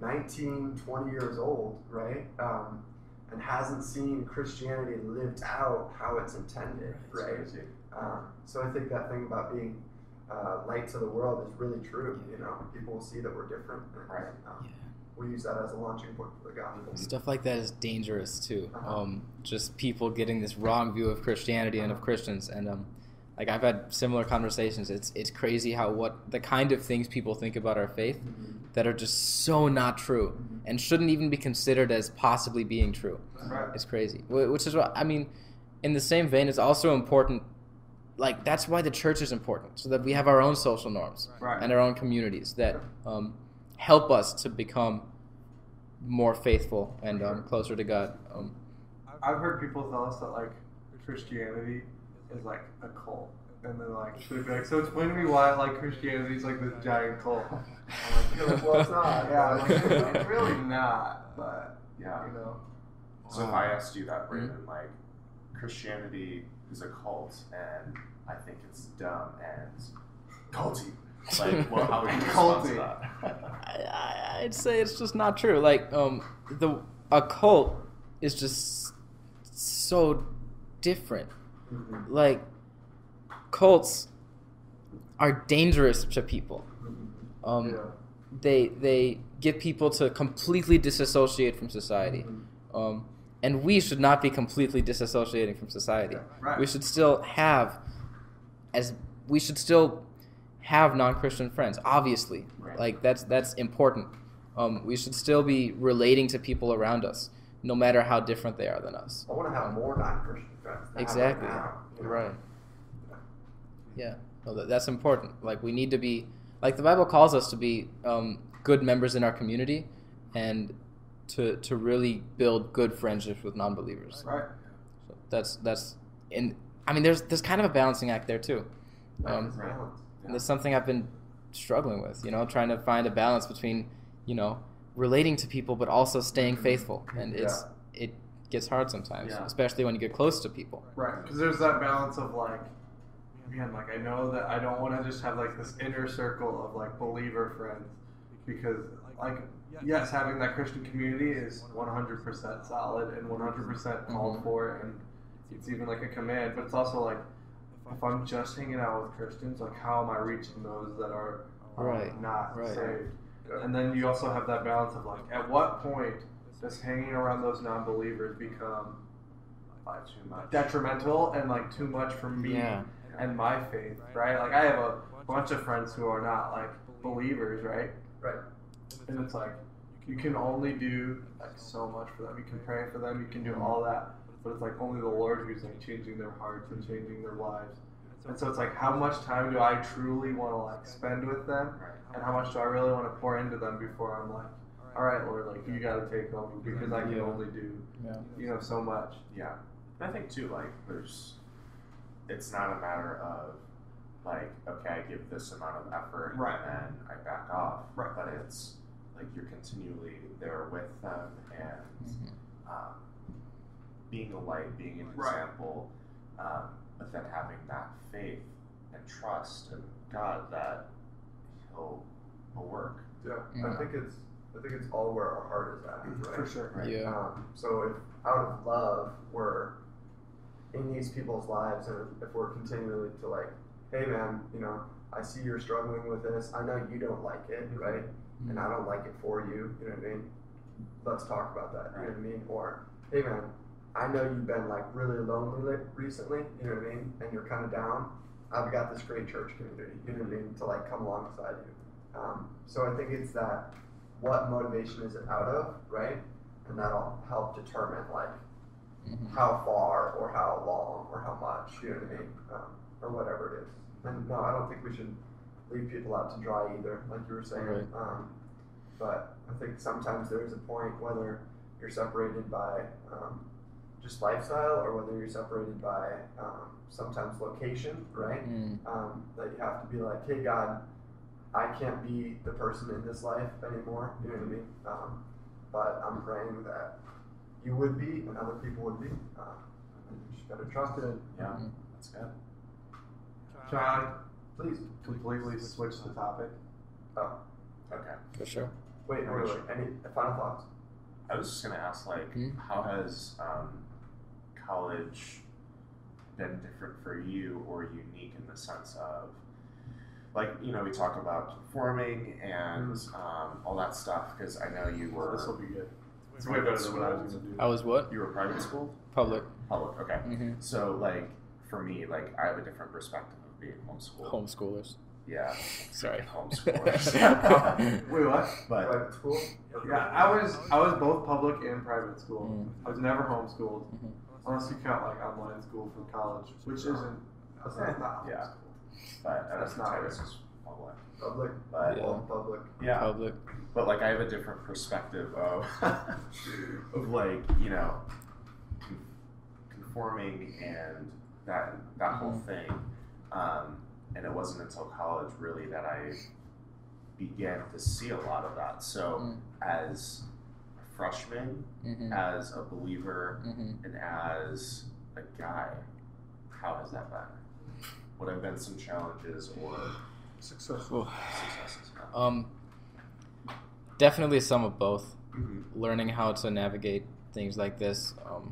S4: 19, 20 years old, right? Um, and hasn't seen Christianity lived out how it's intended,
S3: It's
S4: right?
S3: crazy.
S4: Um, so I think that thing about being uh, light to the world is really true. You know, people will see that we're different. And,
S3: Right.
S4: Um,
S2: Yeah.
S4: we use that as a launching point for the gospel.
S2: Stuff like that is dangerous too.
S4: Uh-huh.
S2: Um, just people getting this wrong view of Christianity and of Christians, and um, like I've had similar conversations. It's it's crazy how what the kind of things people think about our faith that are just so not true and shouldn't even be considered as possibly being true.
S5: Right.
S2: It's crazy, Wh- which is what I mean. In the same vein, it's also important. Like that's why the church is important, so that we have our own social norms
S5: Right.
S2: and our own communities that um, help us to become more faithful and um, closer to God. Um,
S5: I've heard people tell us that like Christianity is like a cult, and then like they'd be like, "So explain to me why like Christianity is like this giant cult." I'm like,
S4: You're like, well, it's not.
S5: yeah, I'm like, it's really not, but
S3: Yeah.
S5: you know,
S3: So if I asked you that, Brandon, like Christianity is a cult, and I think it's dumb and culty. Like, well, how would you respond to that?
S2: I- I, I'd say it's just not true. Like um, the a cult is just so different.
S4: Mhm.
S2: Like cults are dangerous to people. Um, They they get people to completely disassociate from society, um, and we should not be completely disassociating from society.
S5: right?
S2: We should still have as we should still have non-Christian friends. Obviously,
S3: Right.
S2: like that's that's important. Um, we should still be relating to people around us, no matter how different they are than us.
S4: I want to have more non-Christian friends. than I have
S2: Exactly.
S4: Right. now, you know?
S2: Yeah. No, that, that's important. Like we need to be like the Bible calls us to be um, good members in our community, and to to really build good friendships with non-believers.
S5: Right.
S2: So that's that's and I mean there's there's kind of a balancing act there too. Um,
S4: It's
S3: Right.
S4: balance.
S2: And that's something I've been struggling with, you know, trying to find a balance between, you know, relating to people but also staying faithful. And it's it gets hard sometimes,
S3: Yeah.
S2: especially when you get close to people.
S5: Right, because there's that balance of like, man, like I know that I don't want to just have like this inner circle of like believer friends, because like yes, having that Christian community is 100% solid and 100%
S2: Mhm.
S5: called for, and it's even like a command. But it's also like, if I'm just hanging out with Christians, like how am I reaching those that are um,
S2: Right,
S5: not
S2: right.
S5: saved? And then you also have that balance of like, at what point does hanging around those non-believers become
S3: By too much.
S5: detrimental and like too much for me
S2: Yeah.
S5: and my faith, right? Like I have a bunch of friends who are not like believers, right?
S4: Right.
S5: And it's like you can only do like so much for them. You can pray for them, you can do all that, but it's like only the Lord who's like changing their hearts and changing their lives. And so it's like how much time do I truly want to like spend with them
S3: Right.
S5: and how much do I really want to pour into them before I'm like, all right, Lord, like you got to take over because I can
S2: Yeah.
S5: only do
S2: Yeah.
S5: you know so much.
S3: Yeah. And I think too, like, there's, it's not a matter of, like, okay, I give this amount of effort
S5: Right.
S3: and then I back off.
S5: Right.
S3: But it's like you're continually there with them and
S2: Mm-hmm.
S3: um, being a light, being an
S5: Mm-hmm. Right.
S3: example, um, but then having that faith and trust in God that He'll, he'll work.
S4: Yeah.
S2: Yeah.
S4: I think it's I think it's all where our heart is at. Right.
S5: For sure.
S3: Right.
S2: Yeah.
S4: Um, so if out of love we're in these people's lives, and if we're continually to like, hey man, you know, I see you're struggling with this. I know you don't like it, right? And I don't like it for you. You know what I mean? Let's talk about that. You know what I mean? Or hey man, I know you've been like really lonely li- recently. You know what I mean? And you're kind of down. I've got this great church community. You know what I mean? To like come alongside you. Um, so I think it's that. What motivation is it out of, right? and that'll help determine like
S2: Mhm.
S4: how far or how long or how much you know what I mean um, or whatever it is. And no, I don't think we should leave people out to dry either. Like you were saying,
S2: Right.
S4: um, But I think sometimes there is a point whether you're separated by um, just lifestyle or whether you're separated by um, sometimes location, right?
S2: Mm.
S4: um, that you have to be like, hey God, I can't be the person in this life anymore. You know what I mean? Um, but I'm praying that you would be, and other people would be. Um, and you just gotta trust it.
S3: Yeah,
S5: Mm-hmm.
S2: Mhm.
S3: that's good.
S5: Can I
S4: Please.
S5: completely switch the topic?
S3: Okay.
S2: For sure.
S4: Wait, wait, wait. Any final thoughts?
S3: I was just gonna ask, like,
S2: Hmm?
S3: how has um, college been different for you or unique in the sense of, like, you know, we talk about conforming and
S2: Hmm.
S3: um, all that stuff because I know you were
S5: This will be good. It's way better than what I was gonna do.
S2: I was what?
S3: you were private school,
S2: Public.
S3: public. Okay,
S2: Mm-hmm.
S3: so like for me, like I have a different perspective of being homeschooled.
S2: Homeschoolers.
S3: Yeah,
S2: Sorry.
S3: homeschooled.
S5: Wait, what?
S3: but
S4: Private school?
S5: Yeah, I was I was both public and private school.
S2: Mm-hmm.
S5: I was never homeschooled,
S2: Mhm.
S5: unless you count like online school from college, which isn't. That's not
S3: Yeah.
S5: homeschooled.
S3: but I was
S5: That's not
S3: I
S5: right.
S3: was public.
S4: Public?
S3: But
S2: Yeah.
S4: Well, public.
S3: yeah,
S2: Public.
S3: but like I have a different perspective of of like you know con- conforming and that that
S2: Mm-hmm.
S3: whole thing um, and it wasn't until college really that I began to see a lot of that so
S2: Mm.
S3: as a freshman
S2: Mm-hmm.
S3: as a believer
S2: Mm-hmm.
S3: and as a guy how has that been what have been some challenges or
S5: Successful.
S3: successes
S2: Um, definitely some of both.
S3: mm-hmm.
S2: learning how to navigate things like this. Um,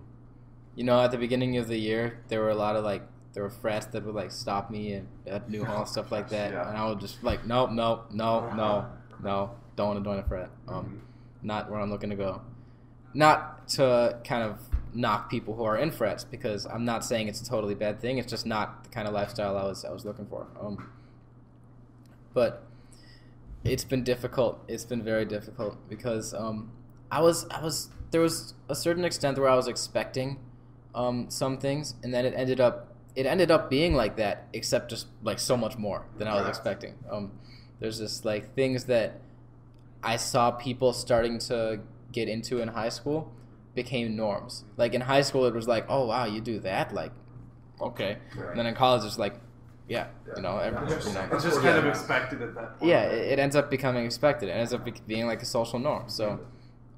S2: you know, at the beginning of the year, there were a lot of like there were frats that would like stop me and at New Hall stuff like that,
S3: Yeah.
S2: and I would just like, nope, nope, no, no, no, don't want to join a frat. Um, not where I'm looking to go. Not to kind of knock people who are in frats because I'm not saying it's a totally bad thing. It's just not the kind of lifestyle I was I was looking for. Um, but it's been difficult. It's been very difficult because um, I was I was there was a certain extent where I was expecting um, some things, and then it ended up it ended up being like that, except just like so much more than I was
S4: Right.
S2: expecting. Um, there's just like things that I saw people starting to get into in high school became norms. Like in high school, it was like, oh wow, you do that, like okay. And then in college, it's like, yeah, you know, every, you know.
S5: It's just kind of expected at that point.
S2: yeah, it, it ends up becoming expected. It ends up bec- being like a social norm. So,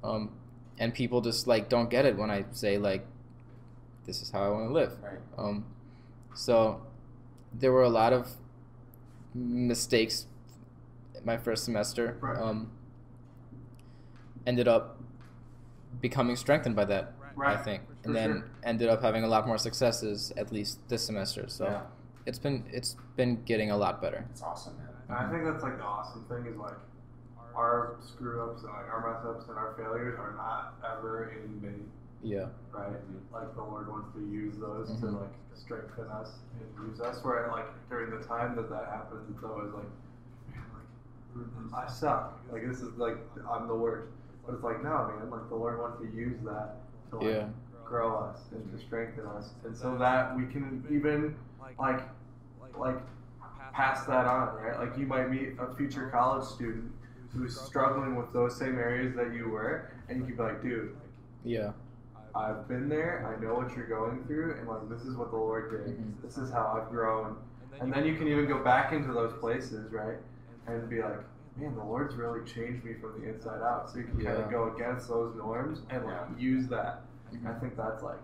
S2: um, and people just like don't get it when I say like, this is how I want to live.
S3: right
S2: Um, so there were a lot of mistakes my first semester.
S5: Right.
S2: Um, ended up becoming strengthened by that,
S5: Right.
S2: I think,
S5: For
S2: and then
S5: sure.
S2: ended up having a lot more successes at least this semester. So
S3: Yeah.
S2: it's been it's been getting a lot better.
S3: it's awesome man
S5: I think that's like the awesome thing is like our screw ups and like our mess ups and our failures are not ever in vain,
S2: Yeah.
S5: right? Like the Lord wants to use those to
S2: Mhm.
S5: like strengthen us and use us. Where like during the time that that happens, it's always like, man, like I suck. Like this is like I'm the worst. But it's like no, man. Like the Lord wants to use that to like
S2: Yeah.
S5: grow us and to strengthen us, and so that we can even like like pass that on, right? Like you might meet a future college student who's struggling with those same areas that you were, and you could be like, dude,
S2: Yeah.
S5: I've been there. I know what you're going through, and like this is what the Lord did.
S2: Mhm.
S5: This is how I've grown. And then you can even go back into those places, right? And be like, man, the Lord's really changed me from the inside out. So you can kind
S2: Yeah. Mm-hmm.
S5: of go against those norms and like use that. I think that's like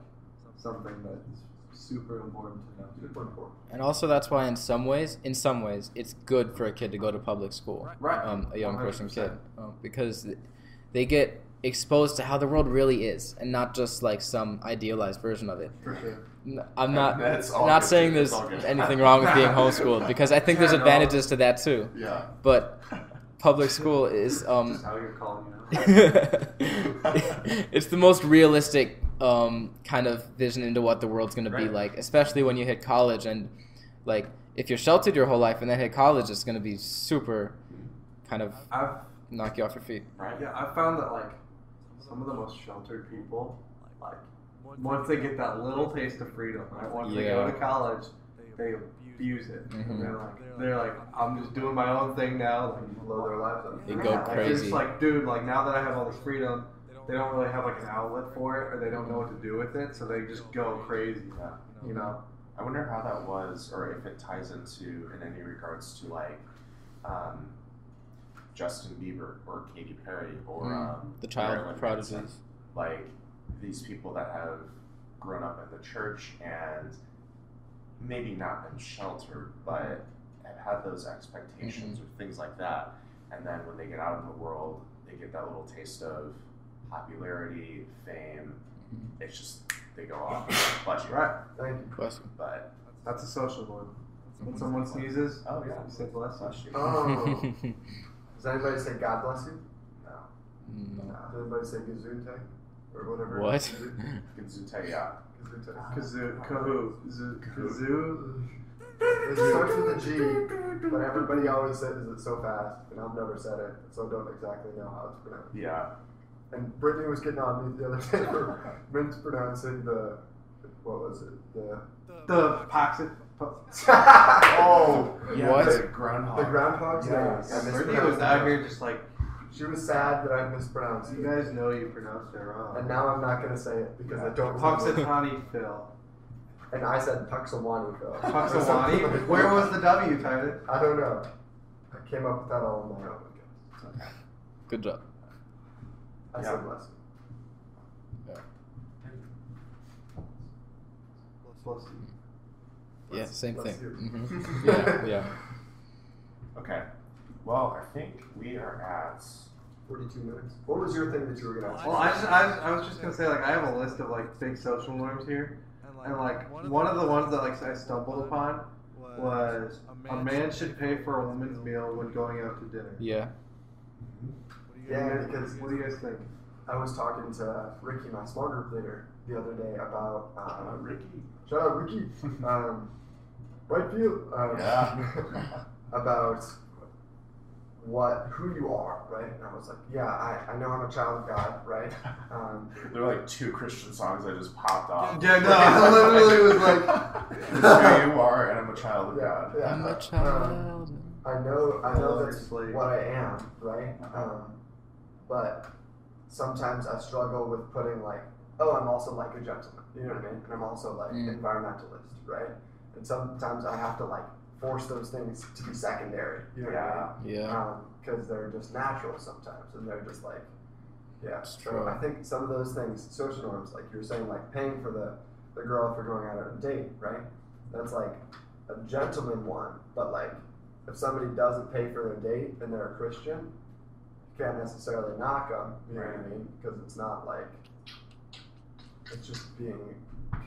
S5: something that's super important to know.
S4: Super important.
S2: And also that's why in some ways, in some ways, it's good for a kid to go to public school.
S5: Right.
S2: Um, a young Christian
S5: 100%.
S2: kid, um, because th- they get exposed to how the world really is, and not just like some idealized version of it.
S5: For sure.
S2: N- I'm not
S3: That's all
S2: not
S3: good.
S2: saying there's
S3: That's all good.
S2: anything wrong with being homeschooled because I think there's
S5: Yeah, no.
S2: advantages to that too.
S3: yeah
S2: But public school is um,
S5: Just how you're calling it. out.
S2: it's the most realistic um, kind of vision into what the world's going to be
S5: Right.
S2: like, especially when you hit college. And like, if you're sheltered your whole life and then hit college, it's going to be super kind of
S5: I've
S2: knock you off your feet.
S3: right
S5: Yeah, I found that like some of the most sheltered people, like once they get that little taste of freedom, right? Once they go
S2: Yeah.
S5: to college, like they abuse it.
S2: Mhm.
S5: They're like they're like I'm just doing my own thing now. Like,
S4: blow their lives up.
S2: They go
S5: like,
S2: crazy.
S5: It's like, dude, like now that I have all this freedom, they don't really have like an outlet for it, or they don't know what to do with it, so they just go crazy. You know,
S3: I wonder how that was, or if it ties into in any regards to like um, Justin Bieber or Katy Perry or
S2: Mm.
S3: um,
S2: The child
S3: Marilyn
S2: prodigies.
S3: Manson. like these people that have grown up in the church and maybe not been sheltered, but have had those expectations
S2: Mm-hmm.
S3: or things like that, and then when they get out in the world, they get that little taste of popularity, fame. It's just they go off and budget,
S5: right?
S4: Thank you.
S2: Bless you.
S3: But
S5: That's a social one. When someone sneezes,
S3: oh yeah,
S5: you say bless. you.
S3: bless you.
S4: Oh. Does anybody say God bless you?
S3: No.
S2: No.
S4: Does anybody say Gazunte? Or whatever.
S2: What?
S3: Gazute, yeah.
S4: Gazunte.
S5: Kazoo, kahoo, zoo, kazoo.
S4: It starts with a G, but everybody always says it so fast, and I've never said it, so I don't exactly know how it's pronounced.
S3: Yeah.
S4: And Brittany was getting on me the other day for mispronouncing the, what was it? The.
S5: The poxit. po-
S4: oh!
S2: yeah, What?
S3: The
S4: The,
S3: groundhog.
S4: the groundhog's
S3: Yes.
S4: name. I
S5: Brittany was
S4: mispronounced
S5: out
S4: it.
S5: here just like
S4: She was sad that I mispronounced
S5: you
S4: it.
S5: guys know you pronounced it wrong.
S4: And now I'm not going to say it because I don't remember.
S5: Punxsutawney Phil.
S4: And I said Tuxawani, Phil. Or something
S5: Punxsutawney.
S4: like
S5: Where
S4: that.
S5: was the W, Tyler?
S4: I don't know. I came up with that all on my own.
S2: Good job.
S4: I
S3: Yeah.
S4: said bless.
S5: Bless you.
S2: Yeah, same thing.
S4: bless you.
S2: hmm Yeah, yeah.
S3: Okay. Well, I think we are at.
S4: 42 minutes. What was your thing that you were going to ask?
S5: Well, I just, I, I was just gonna say, like, I have a list of like big social norms here, and like one of the ones that like I stumbled upon was a man should pay for a woman's meal when going out to dinner.
S2: Yeah.
S4: Yeah, because
S5: What do you guys think?
S4: I was talking to Ricky, my small group leader, the other day about.
S3: Uh,
S4: Um,
S3: Ricky.
S4: shout out Ricky! Um, right field! Um,
S3: Yeah.
S4: about what who you are, right? And I was like, yeah, I, I know I'm a child of God, right? Um,
S3: there were like two Christian songs that just popped off.
S5: Yeah, no, I literally was
S3: like, "This is who you are, and I'm a child of
S4: yeah,
S3: God."
S4: yeah.
S2: I'm
S4: um,
S2: a child.
S4: I know, I know
S5: Lord,
S4: that's
S5: slave.
S4: what I am, right? Um, but sometimes I struggle with putting like, oh, I'm also like a gentleman, you know what I mean? And I'm also like
S2: Mm.
S4: environmentalist, right? And sometimes I have to like force those things to be secondary, you know what I mean?
S3: Yeah.
S2: Yeah.
S4: because Um, they're just natural sometimes, and they're just like, yeah.
S2: It's
S4: So
S2: true.
S4: I think some of those things, social norms, like you were saying, like paying for the the girl for going out on a date, right? That's like a gentleman one, but like if somebody doesn't pay for their date and they're a Christian, you can't necessarily knock them. You know what I mean? Because it's not like it's just being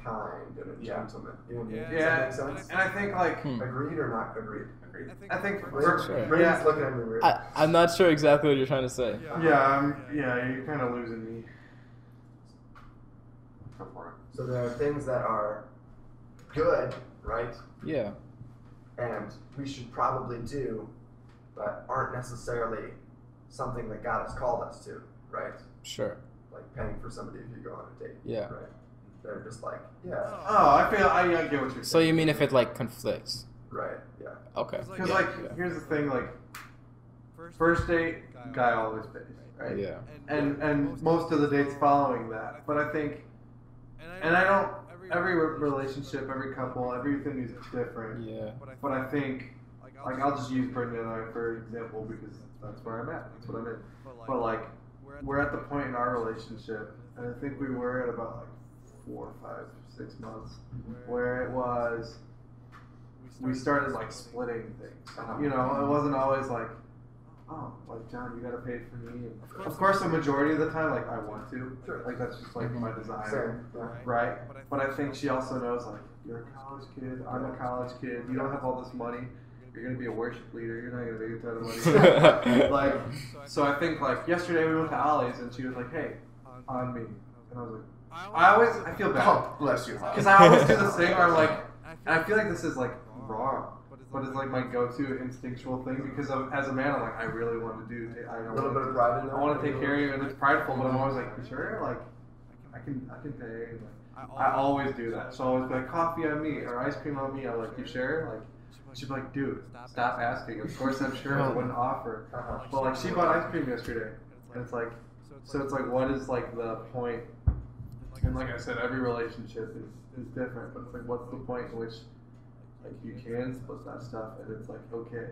S4: kind and a
S3: Yeah.
S4: gentleman. You know what I mean?
S5: Yeah.
S4: Does that make sense?
S5: And I think like
S2: Hmm.
S4: Agreed or not agreed?
S3: Agreed.
S5: I think
S4: Brayden's
S5: for,
S2: Sure.
S5: yeah,
S4: looking at me weird.
S2: I, I'm not sure exactly what you're trying to say.
S5: yeah, I'm, yeah, you're kind of losing me.
S3: Go for
S4: So there are things that are good, right,
S2: Yeah.
S4: and we should probably do, but aren't necessarily something that God has called us to, right?
S2: Sure.
S4: Like paying for somebody if you go on a date,
S2: Yeah.
S4: right? They're just like, yeah,
S5: Oh, I feel I, I get what you're saying.
S2: So you mean if it like conflicts?
S4: right, yeah.
S2: Okay.
S5: Because
S2: yeah,
S5: like,
S2: yeah.
S5: here's the thing, like, first date, guy always pays, right?
S2: Yeah.
S5: And and most of the dates following that, but I think, and I don't. Every relationship, every couple, everything is different.
S2: Yeah.
S5: But I think, like, I'll just use Brendan and I for example because that's where I'm at. That's what I'm in. But like, we're at the point in our relationship, and I think we were at about like four, five, six months, where it was we started like splitting things. You know, it wasn't always like, oh, like John, you gotta pay for me. Of course, the majority of the time, like I want to,
S4: Sure.
S5: like that's just like my desire,
S4: Same, yeah.
S5: right? But I think she also knows like you're a college kid, I'm a college kid. You don't have all this money. You're gonna be a worship leader. You're not gonna make a ton of money. like, so I think like yesterday we went to Ollie's and she was like, hey, on me, and I was like, I always I feel bad
S3: Oh, bless you.
S5: because I always do this thing where I'm like, and I feel like this is like wrong, but it's like my go-to instinctual thing because i as a man, I'm like, I really want to do, I,
S4: A
S5: I
S4: little bit
S5: want
S4: of pride in
S5: to,
S4: there.
S5: I want to take care of you, and it's prideful, but I'm always like, you sure, like, I can I can pay. Like,
S6: I
S5: I
S6: always
S5: always do that. So I always be like, coffee on me or ice cream on me. I'm like, you share? Like, she'd be like, dude, stop asking. Of course, I'm sure I wouldn't offer.
S4: Uh-huh.
S5: But like, she bought ice cream yesterday, and it's like, so it's like, what is like the point? And like I said, every relationship is is different. But it's like, what's the point in which like you can split that stuff and it's like okay,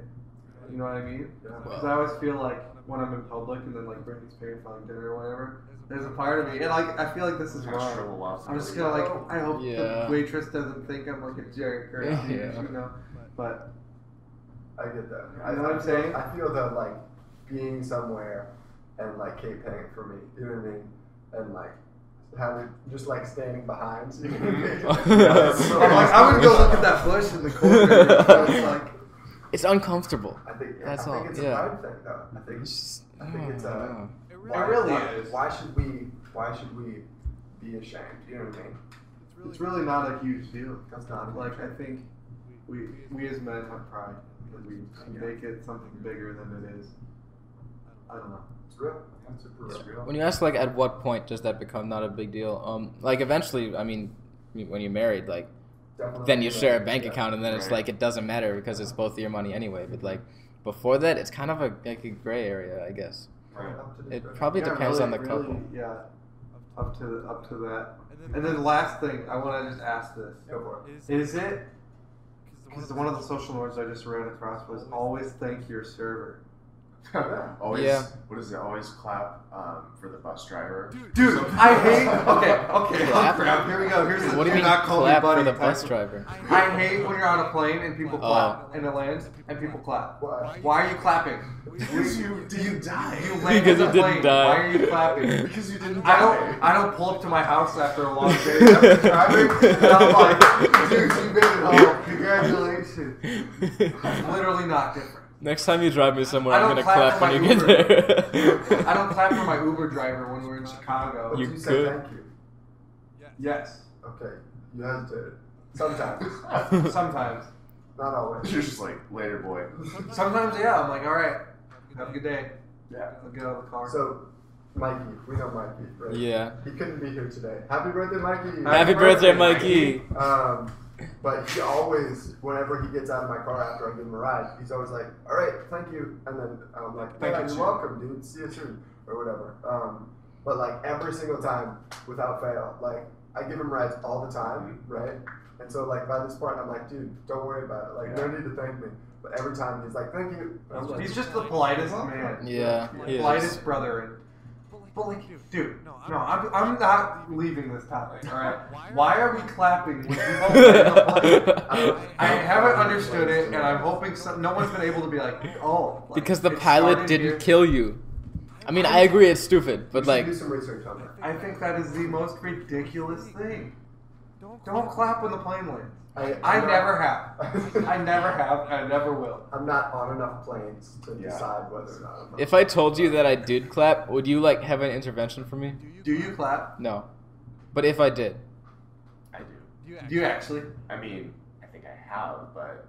S5: you know what I mean? Because I always feel like when I'm in public and then like Brittany's paying for like dinner or whatever, there's a part of me, and like I feel like this is wrong.
S3: Extra love.
S5: I'm just gonna like I hope
S2: Yeah.
S5: the waitress doesn't think I'm like a jerk or
S2: Yeah.
S5: you know. But
S4: I get that.
S5: You
S4: I
S5: know what I'm
S4: I feel-
S5: saying?
S4: I feel that like being somewhere and like Kate paying for me, you know what I mean? And like having just like standing behind. You know what I
S5: Mm-hmm. I'm
S4: mean?
S5: like I would go look at that bush in the corner. you know, so it's like
S2: It's uncomfortable.
S4: I think
S2: That's
S4: I think
S2: all,
S4: it's
S2: yeah.
S4: a pride thing though. I think
S2: It's just,
S4: I think it's,
S2: I don't
S4: uh,
S2: know.
S4: why,
S5: really
S4: why-
S5: is.
S4: Why should we? Why should we be ashamed? You know what I mean?
S5: it's really not a huge deal.
S4: That's not
S5: Like I think we we as men have pride and we make it something bigger than it is. I don't know.
S4: It's real. It's super real.
S2: When you ask like at what point does that become not a big deal? Um, like eventually, I mean, when you're married, like
S4: Definitely
S2: then you
S4: real.
S2: share a bank
S4: Yeah.
S2: account, and then it's
S3: Right.
S2: like it doesn't matter because it's both your money anyway. But like before that, it's kind of a like a gray area, I guess.
S3: Right.
S4: Up to the
S2: It
S4: question.
S2: probably
S5: Yeah,
S2: depends
S5: really-
S2: on the
S5: really,
S2: couple.
S5: Yeah, up to up to that. And
S6: And then
S5: then last thing I want to just ask this:
S4: Go for it.
S6: is
S5: Is it
S6: because
S5: Because one of the social norms I just ran across was always thank your server.
S3: Always.
S2: Yeah.
S3: What is it? Always clap um, for the bus driver.
S5: Dude, I hate. Okay, okay.
S2: Clap?
S5: Oh, crap. Here we go. Here's the
S2: What do you mean
S5: not call me
S2: clap for
S5: buddy
S2: the
S5: type
S2: bus
S5: of-
S2: driver?
S5: I hate when you're on a plane and people
S2: Oh.
S5: clap and it lands and people clap.
S4: Why?
S5: Why are you clapping?
S3: Because you didn't die.
S5: You
S2: Because
S5: landed
S2: you
S5: the
S2: didn't
S5: plane.
S2: die.
S5: Why are you clapping?
S3: Because you didn't die.
S5: I don't. I don't pull up to my house after a long day after driving, and I'm like, dude, you made it home. Congratulations. It's literally not different.
S2: Next time you drive me somewhere,
S5: I
S2: I'm gonna
S5: don't clap
S2: clap
S5: for
S2: when
S5: my
S2: you get there.
S5: I don't clap for my Uber driver when we're in Chicago.
S4: But
S2: You
S4: you, said
S2: could.
S4: thank you.
S5: Yes,
S4: Okay, you hesitated. Sometimes,
S5: sometimes.
S4: not always.
S3: You're just like later, boy.
S5: Sometimes, yeah, I'm like, all right, have a good day.
S3: Yeah.
S5: I'll get out of the car.
S4: So, Mikey, we know Mikey, right?
S2: yeah.
S4: He couldn't be here today. Happy birthday, Mikey!
S2: Happy birthday, Mikey.
S4: Um, but he always, whenever he gets out of my car after I give him a ride, he's always like, "All right, thank you," and then I'm like,
S5: Thank
S4: "Yeah,
S5: you,
S4: you're
S5: too."
S4: welcome, dude. See you soon," or whatever. Um, but like every single time, without fail, like I give him rides all the time, right? And so like by this point, I'm like, "Dude, don't worry about it. Like, no need to thank me." But every time he's like, "Thank you," and I'm like,
S5: He's just the politest man.
S2: Yeah.
S5: The
S2: he is.
S5: politest brother. But like, dude, no, I'm, I'm not leaving this topic. All right. Why are we clapping when people land the plane? I haven't understood it, and I'm hoping some, no one's been able to be like, oh. like,
S2: because the
S5: it
S2: pilot
S5: started
S2: didn't
S5: here.
S2: kill you. I mean, I agree it's stupid,
S4: We
S2: but
S4: should
S2: like,
S4: do some research on that.
S5: I think that is the most ridiculous thing. Don't clap when the plane lands. I never have. I never have. and I never will.
S4: I'm not on enough planes to
S3: Yeah.
S4: decide whether or not. I'm
S2: if I told you that I did clap, would you like have an intervention for me?
S5: Do you clap?
S2: No. But if I did,
S3: I do.
S5: Do you actually?
S3: I mean, I think I have, but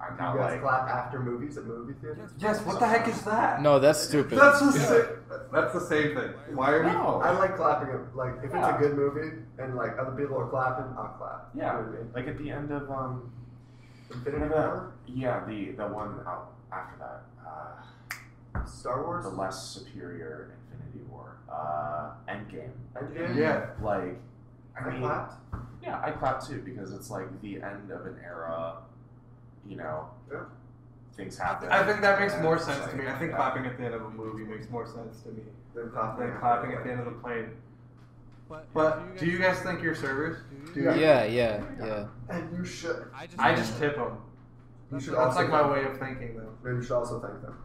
S3: I'm
S4: you
S3: not
S4: guys
S3: like.
S4: clap after movies at movie theaters.
S5: Yes. What the heck is that?
S2: no, that's stupid.
S5: That's the same. That's the same thing. Why are we?
S3: No.
S4: I like clapping. at- Like if it's
S3: Yeah.
S4: a good movie and like other people are clapping, I'll clap. You know
S3: Yeah.
S4: what I mean?
S3: Like at the end of um.
S4: Infinity War,
S3: Yeah, the the one out after that. Uh,
S4: Star Wars,
S3: the less superior Infinity War. Uh, Endgame.
S4: Endgame.
S5: Yeah.
S3: Like,
S4: I
S3: I mean,
S4: clapped.
S3: yeah, I clap too because it's like the end of an era. You know,
S4: Yeah.
S3: things happen.
S5: I think that makes
S3: and
S5: more
S3: it's
S5: sense to
S3: like-
S5: me. I think
S3: yeah.
S5: clapping at the end of a movie makes more sense to me
S4: Then clapping.
S5: than clapping at the end of the plane. But do you guys think you're servers? Do you?
S2: Yeah, yeah, yeah.
S4: And you should.
S6: I just,
S5: I just tip them.
S4: You should
S5: That's
S4: also.
S5: like my way of thinking, though.
S4: Maybe you should also thank them.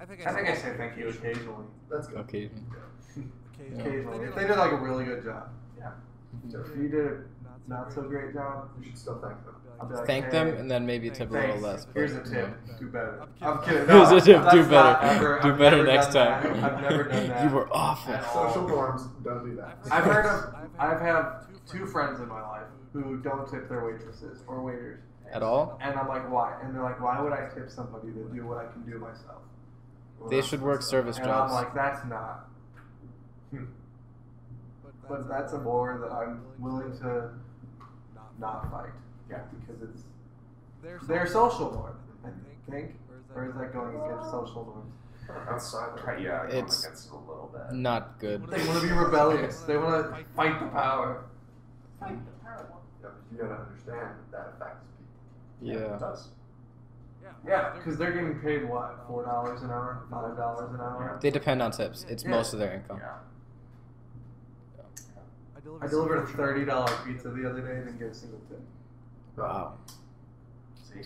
S6: I think
S5: I think I say thank you occasionally.
S4: That's good.
S2: Okay. Yeah.
S5: Occasionally, if they did like a really good job. If you did a not so great job,
S4: You should still thank them.
S5: I'll be like,
S2: Thank them
S5: "Hey,
S2: and then maybe tip a little
S5: Thanks.
S2: less. but,
S5: Here's a
S2: you
S5: tip.
S2: know.
S5: Do better.
S6: I'm
S5: I'm kidding.
S6: kidding.
S5: No,
S2: Here's a tip.
S5: that's
S2: Do
S5: not
S2: better.
S5: ever-
S2: do
S5: I've
S2: better
S5: never
S2: next
S5: done
S2: time.
S5: that. I've never done that.
S2: You were awful.
S5: At all.
S4: Social norms don't do that.
S5: I've heard of. I've had two friends in my life who don't tip their waitresses or waiters,
S2: At all?
S5: and I'm like, why? And they're like, why would I tip somebody to do what I can do myself?
S2: They should work service
S5: And I'm
S2: jobs.
S5: like, that's not. but that's a war that I'm willing to not fight.
S3: Yeah.
S5: Because it's
S6: They're
S5: they're
S6: so.
S5: social more, I think. Or is that going against social norms?
S3: Outside, right? Yeah, going
S2: It's- Mm,
S3: against it a little bit.
S2: Not good.
S5: They want to be rebellious. They want to fight the power.
S4: Yeah, but you gotta understand that affects people.
S2: Yeah.
S3: it does.
S5: Yeah, because they're getting paid what four dollars an hour, five dollars an hour.
S2: They depend on tips. It's
S5: Yeah.
S2: most of their income.
S3: Yeah.
S5: I delivered a thirty dollar pizza the other day and didn't get a single tip.
S2: Wow.
S3: See,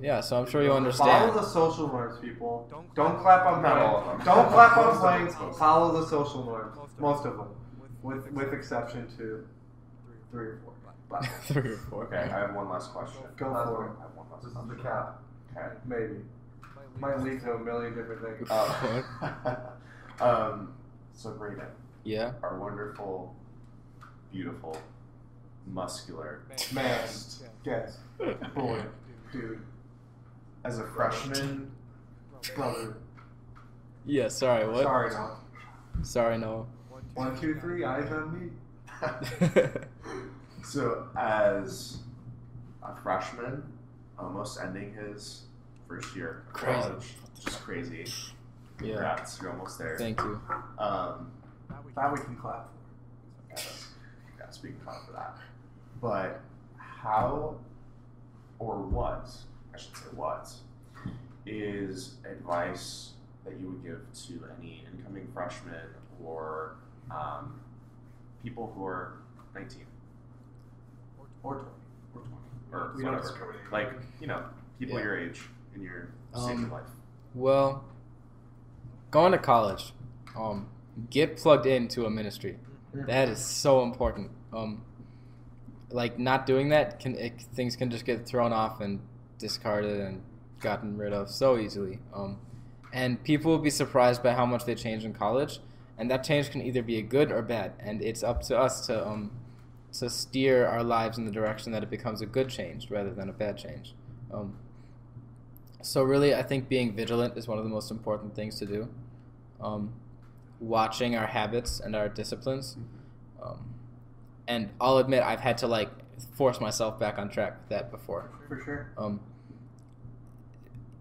S2: Yeah, so I'm sure you
S5: Follow
S2: understand.
S5: the social norms, people.
S6: Don't
S5: Don't clap on
S3: Not all of
S5: planes.
S3: them.
S5: Don't clap on
S3: Most of them.
S5: planes. Follow the social norms.
S6: Most of
S5: Most
S6: them.
S5: of them, with with exception to three or four. But
S2: Three or four.
S3: Okay, I have one last question.
S5: Go for it.
S3: I have one last
S4: This is
S3: question.
S4: the cap.
S3: Okay.
S5: maybe might lead to a million different things.
S3: Uh, um, Sabrina,
S2: Yeah.
S3: our wonderful, beautiful, muscular
S5: Man,
S3: guest.
S5: guess, boy, dude,
S3: As a freshman,
S5: brother.
S2: Yeah, sorry, what?
S5: Sorry, no.
S2: Sorry, no.
S5: One, two, three. Eyes on me.
S3: so as a freshman, almost ending his first year of
S2: Crazy.
S3: college, just crazy.
S2: yeah.
S3: Congrats, you're almost there.
S2: Thank you.
S3: Um,
S5: That we can clap.
S3: yeah, that's- yeah, speaking of for that, but how or what I should say what is advice that you would give to any incoming freshmen or um, people who are 19
S5: Or twenty.
S3: or 20 or
S5: We don't
S3: whatever.
S5: discriminate.
S3: like you know people
S2: Yeah.
S3: your age in your stage
S2: Um,
S3: of life
S2: Well, going to college, um, get plugged into a ministry. That is so important. Um, like not doing that can it, things can just get thrown off and discarded and gotten rid of so easily. Um, and people will be surprised by how much they change in college, and that change can either be a good or bad. And it's up to us to um, to steer our lives in the direction that it becomes a good change rather than a bad change. Um, so really, I think being vigilant is one of the most important things to do. Um, watching our habits and our disciplines, um, and I'll admit I've had to like force myself back on track with that before.
S5: For sure.
S2: Um,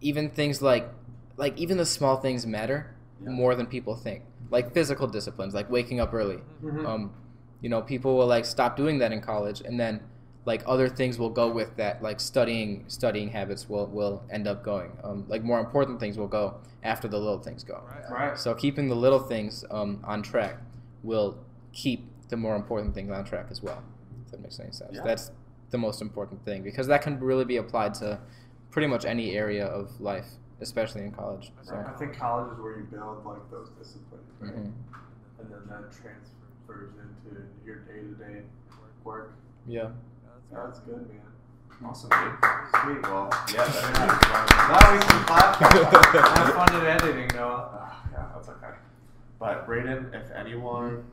S2: even things like, like even the small things matter
S3: Yeah.
S2: more than people think. Like physical disciplines, like waking up early
S5: Mhm.
S2: um, you know people will like stop doing that in college and then like other things will go with that like studying studying habits will will end up going um, like more important things will go after the little things go
S5: Right.
S2: so keeping the little things um, on track will keep the more important things on track as well if that makes any sense
S3: Yeah.
S2: that's the most important thing because that can really be applied to pretty much any area of life especially in college so
S5: I think college is where you build like those disciplines, right?
S2: mhm.
S5: And then that transfers into your day to day work.
S2: yeah
S5: That's good, man.
S3: awesome dude.
S5: Sweet.
S3: well yeah that
S5: Now we can clap. Have fun in editing, Noah.
S3: Ah, yeah that's okay but Brayden if anyone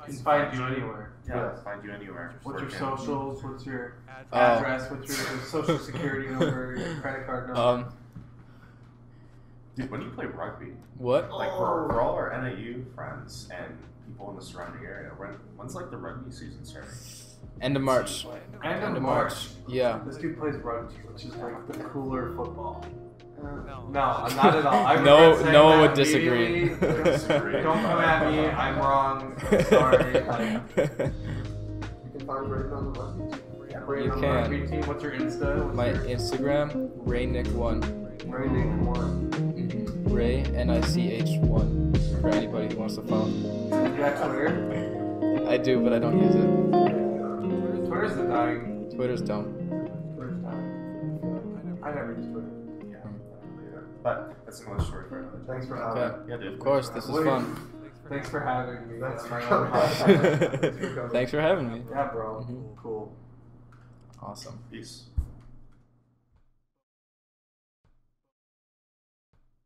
S5: I can find you anywhere.
S3: yeah find you anywhere
S5: What's your
S3: where can-
S5: socials? What's your
S2: Uh,
S5: address? What's your social security number? Your credit card number?
S2: um
S3: dude when you play rugby
S2: what
S3: like
S5: Oh.
S3: we're, we're all our NAU friends and people in the surrounding area when, when's like the rugby season starting
S2: end of march
S5: End
S2: end
S5: of
S2: of
S5: March.
S2: yeah
S5: This dude plays rugby, which is like the cooler football.
S6: No.
S5: No, I'm not at all. I
S2: No-
S5: regret saying
S2: no one
S5: that
S2: would disagree.
S5: immediately.
S3: Disagree.
S5: Don't come at me. I'm wrong. I'm sorry. Like,
S4: You can find Braden on the left.
S5: Brandon,
S2: You can.
S5: rugby team, What's your Insta? What's
S2: My
S5: your
S2: Instagram, RayNick1.
S5: Brandon, come on.
S2: Mhm. Ray, N I C H 1. For anybody who wants to follow.
S5: Do you have Twitter?
S2: I do, but I don't use it.
S5: Twitter's the dying.
S2: Twitter's dumb.
S5: Twitter's dying. I never use Twitter.
S3: yeah later. but that's another story for another
S4: Thanks for having
S2: Okay.
S4: me.
S3: yeah dude
S2: Of course, this is
S5: Wait.
S2: fun.
S5: Thanks for having me.
S4: Thanks
S5: on
S4: for
S5: my own
S4: coming.
S5: podcast.
S2: Thanks for having me.
S5: yeah, bro.
S2: Mhm.
S5: Cool.
S2: Awesome.
S3: peace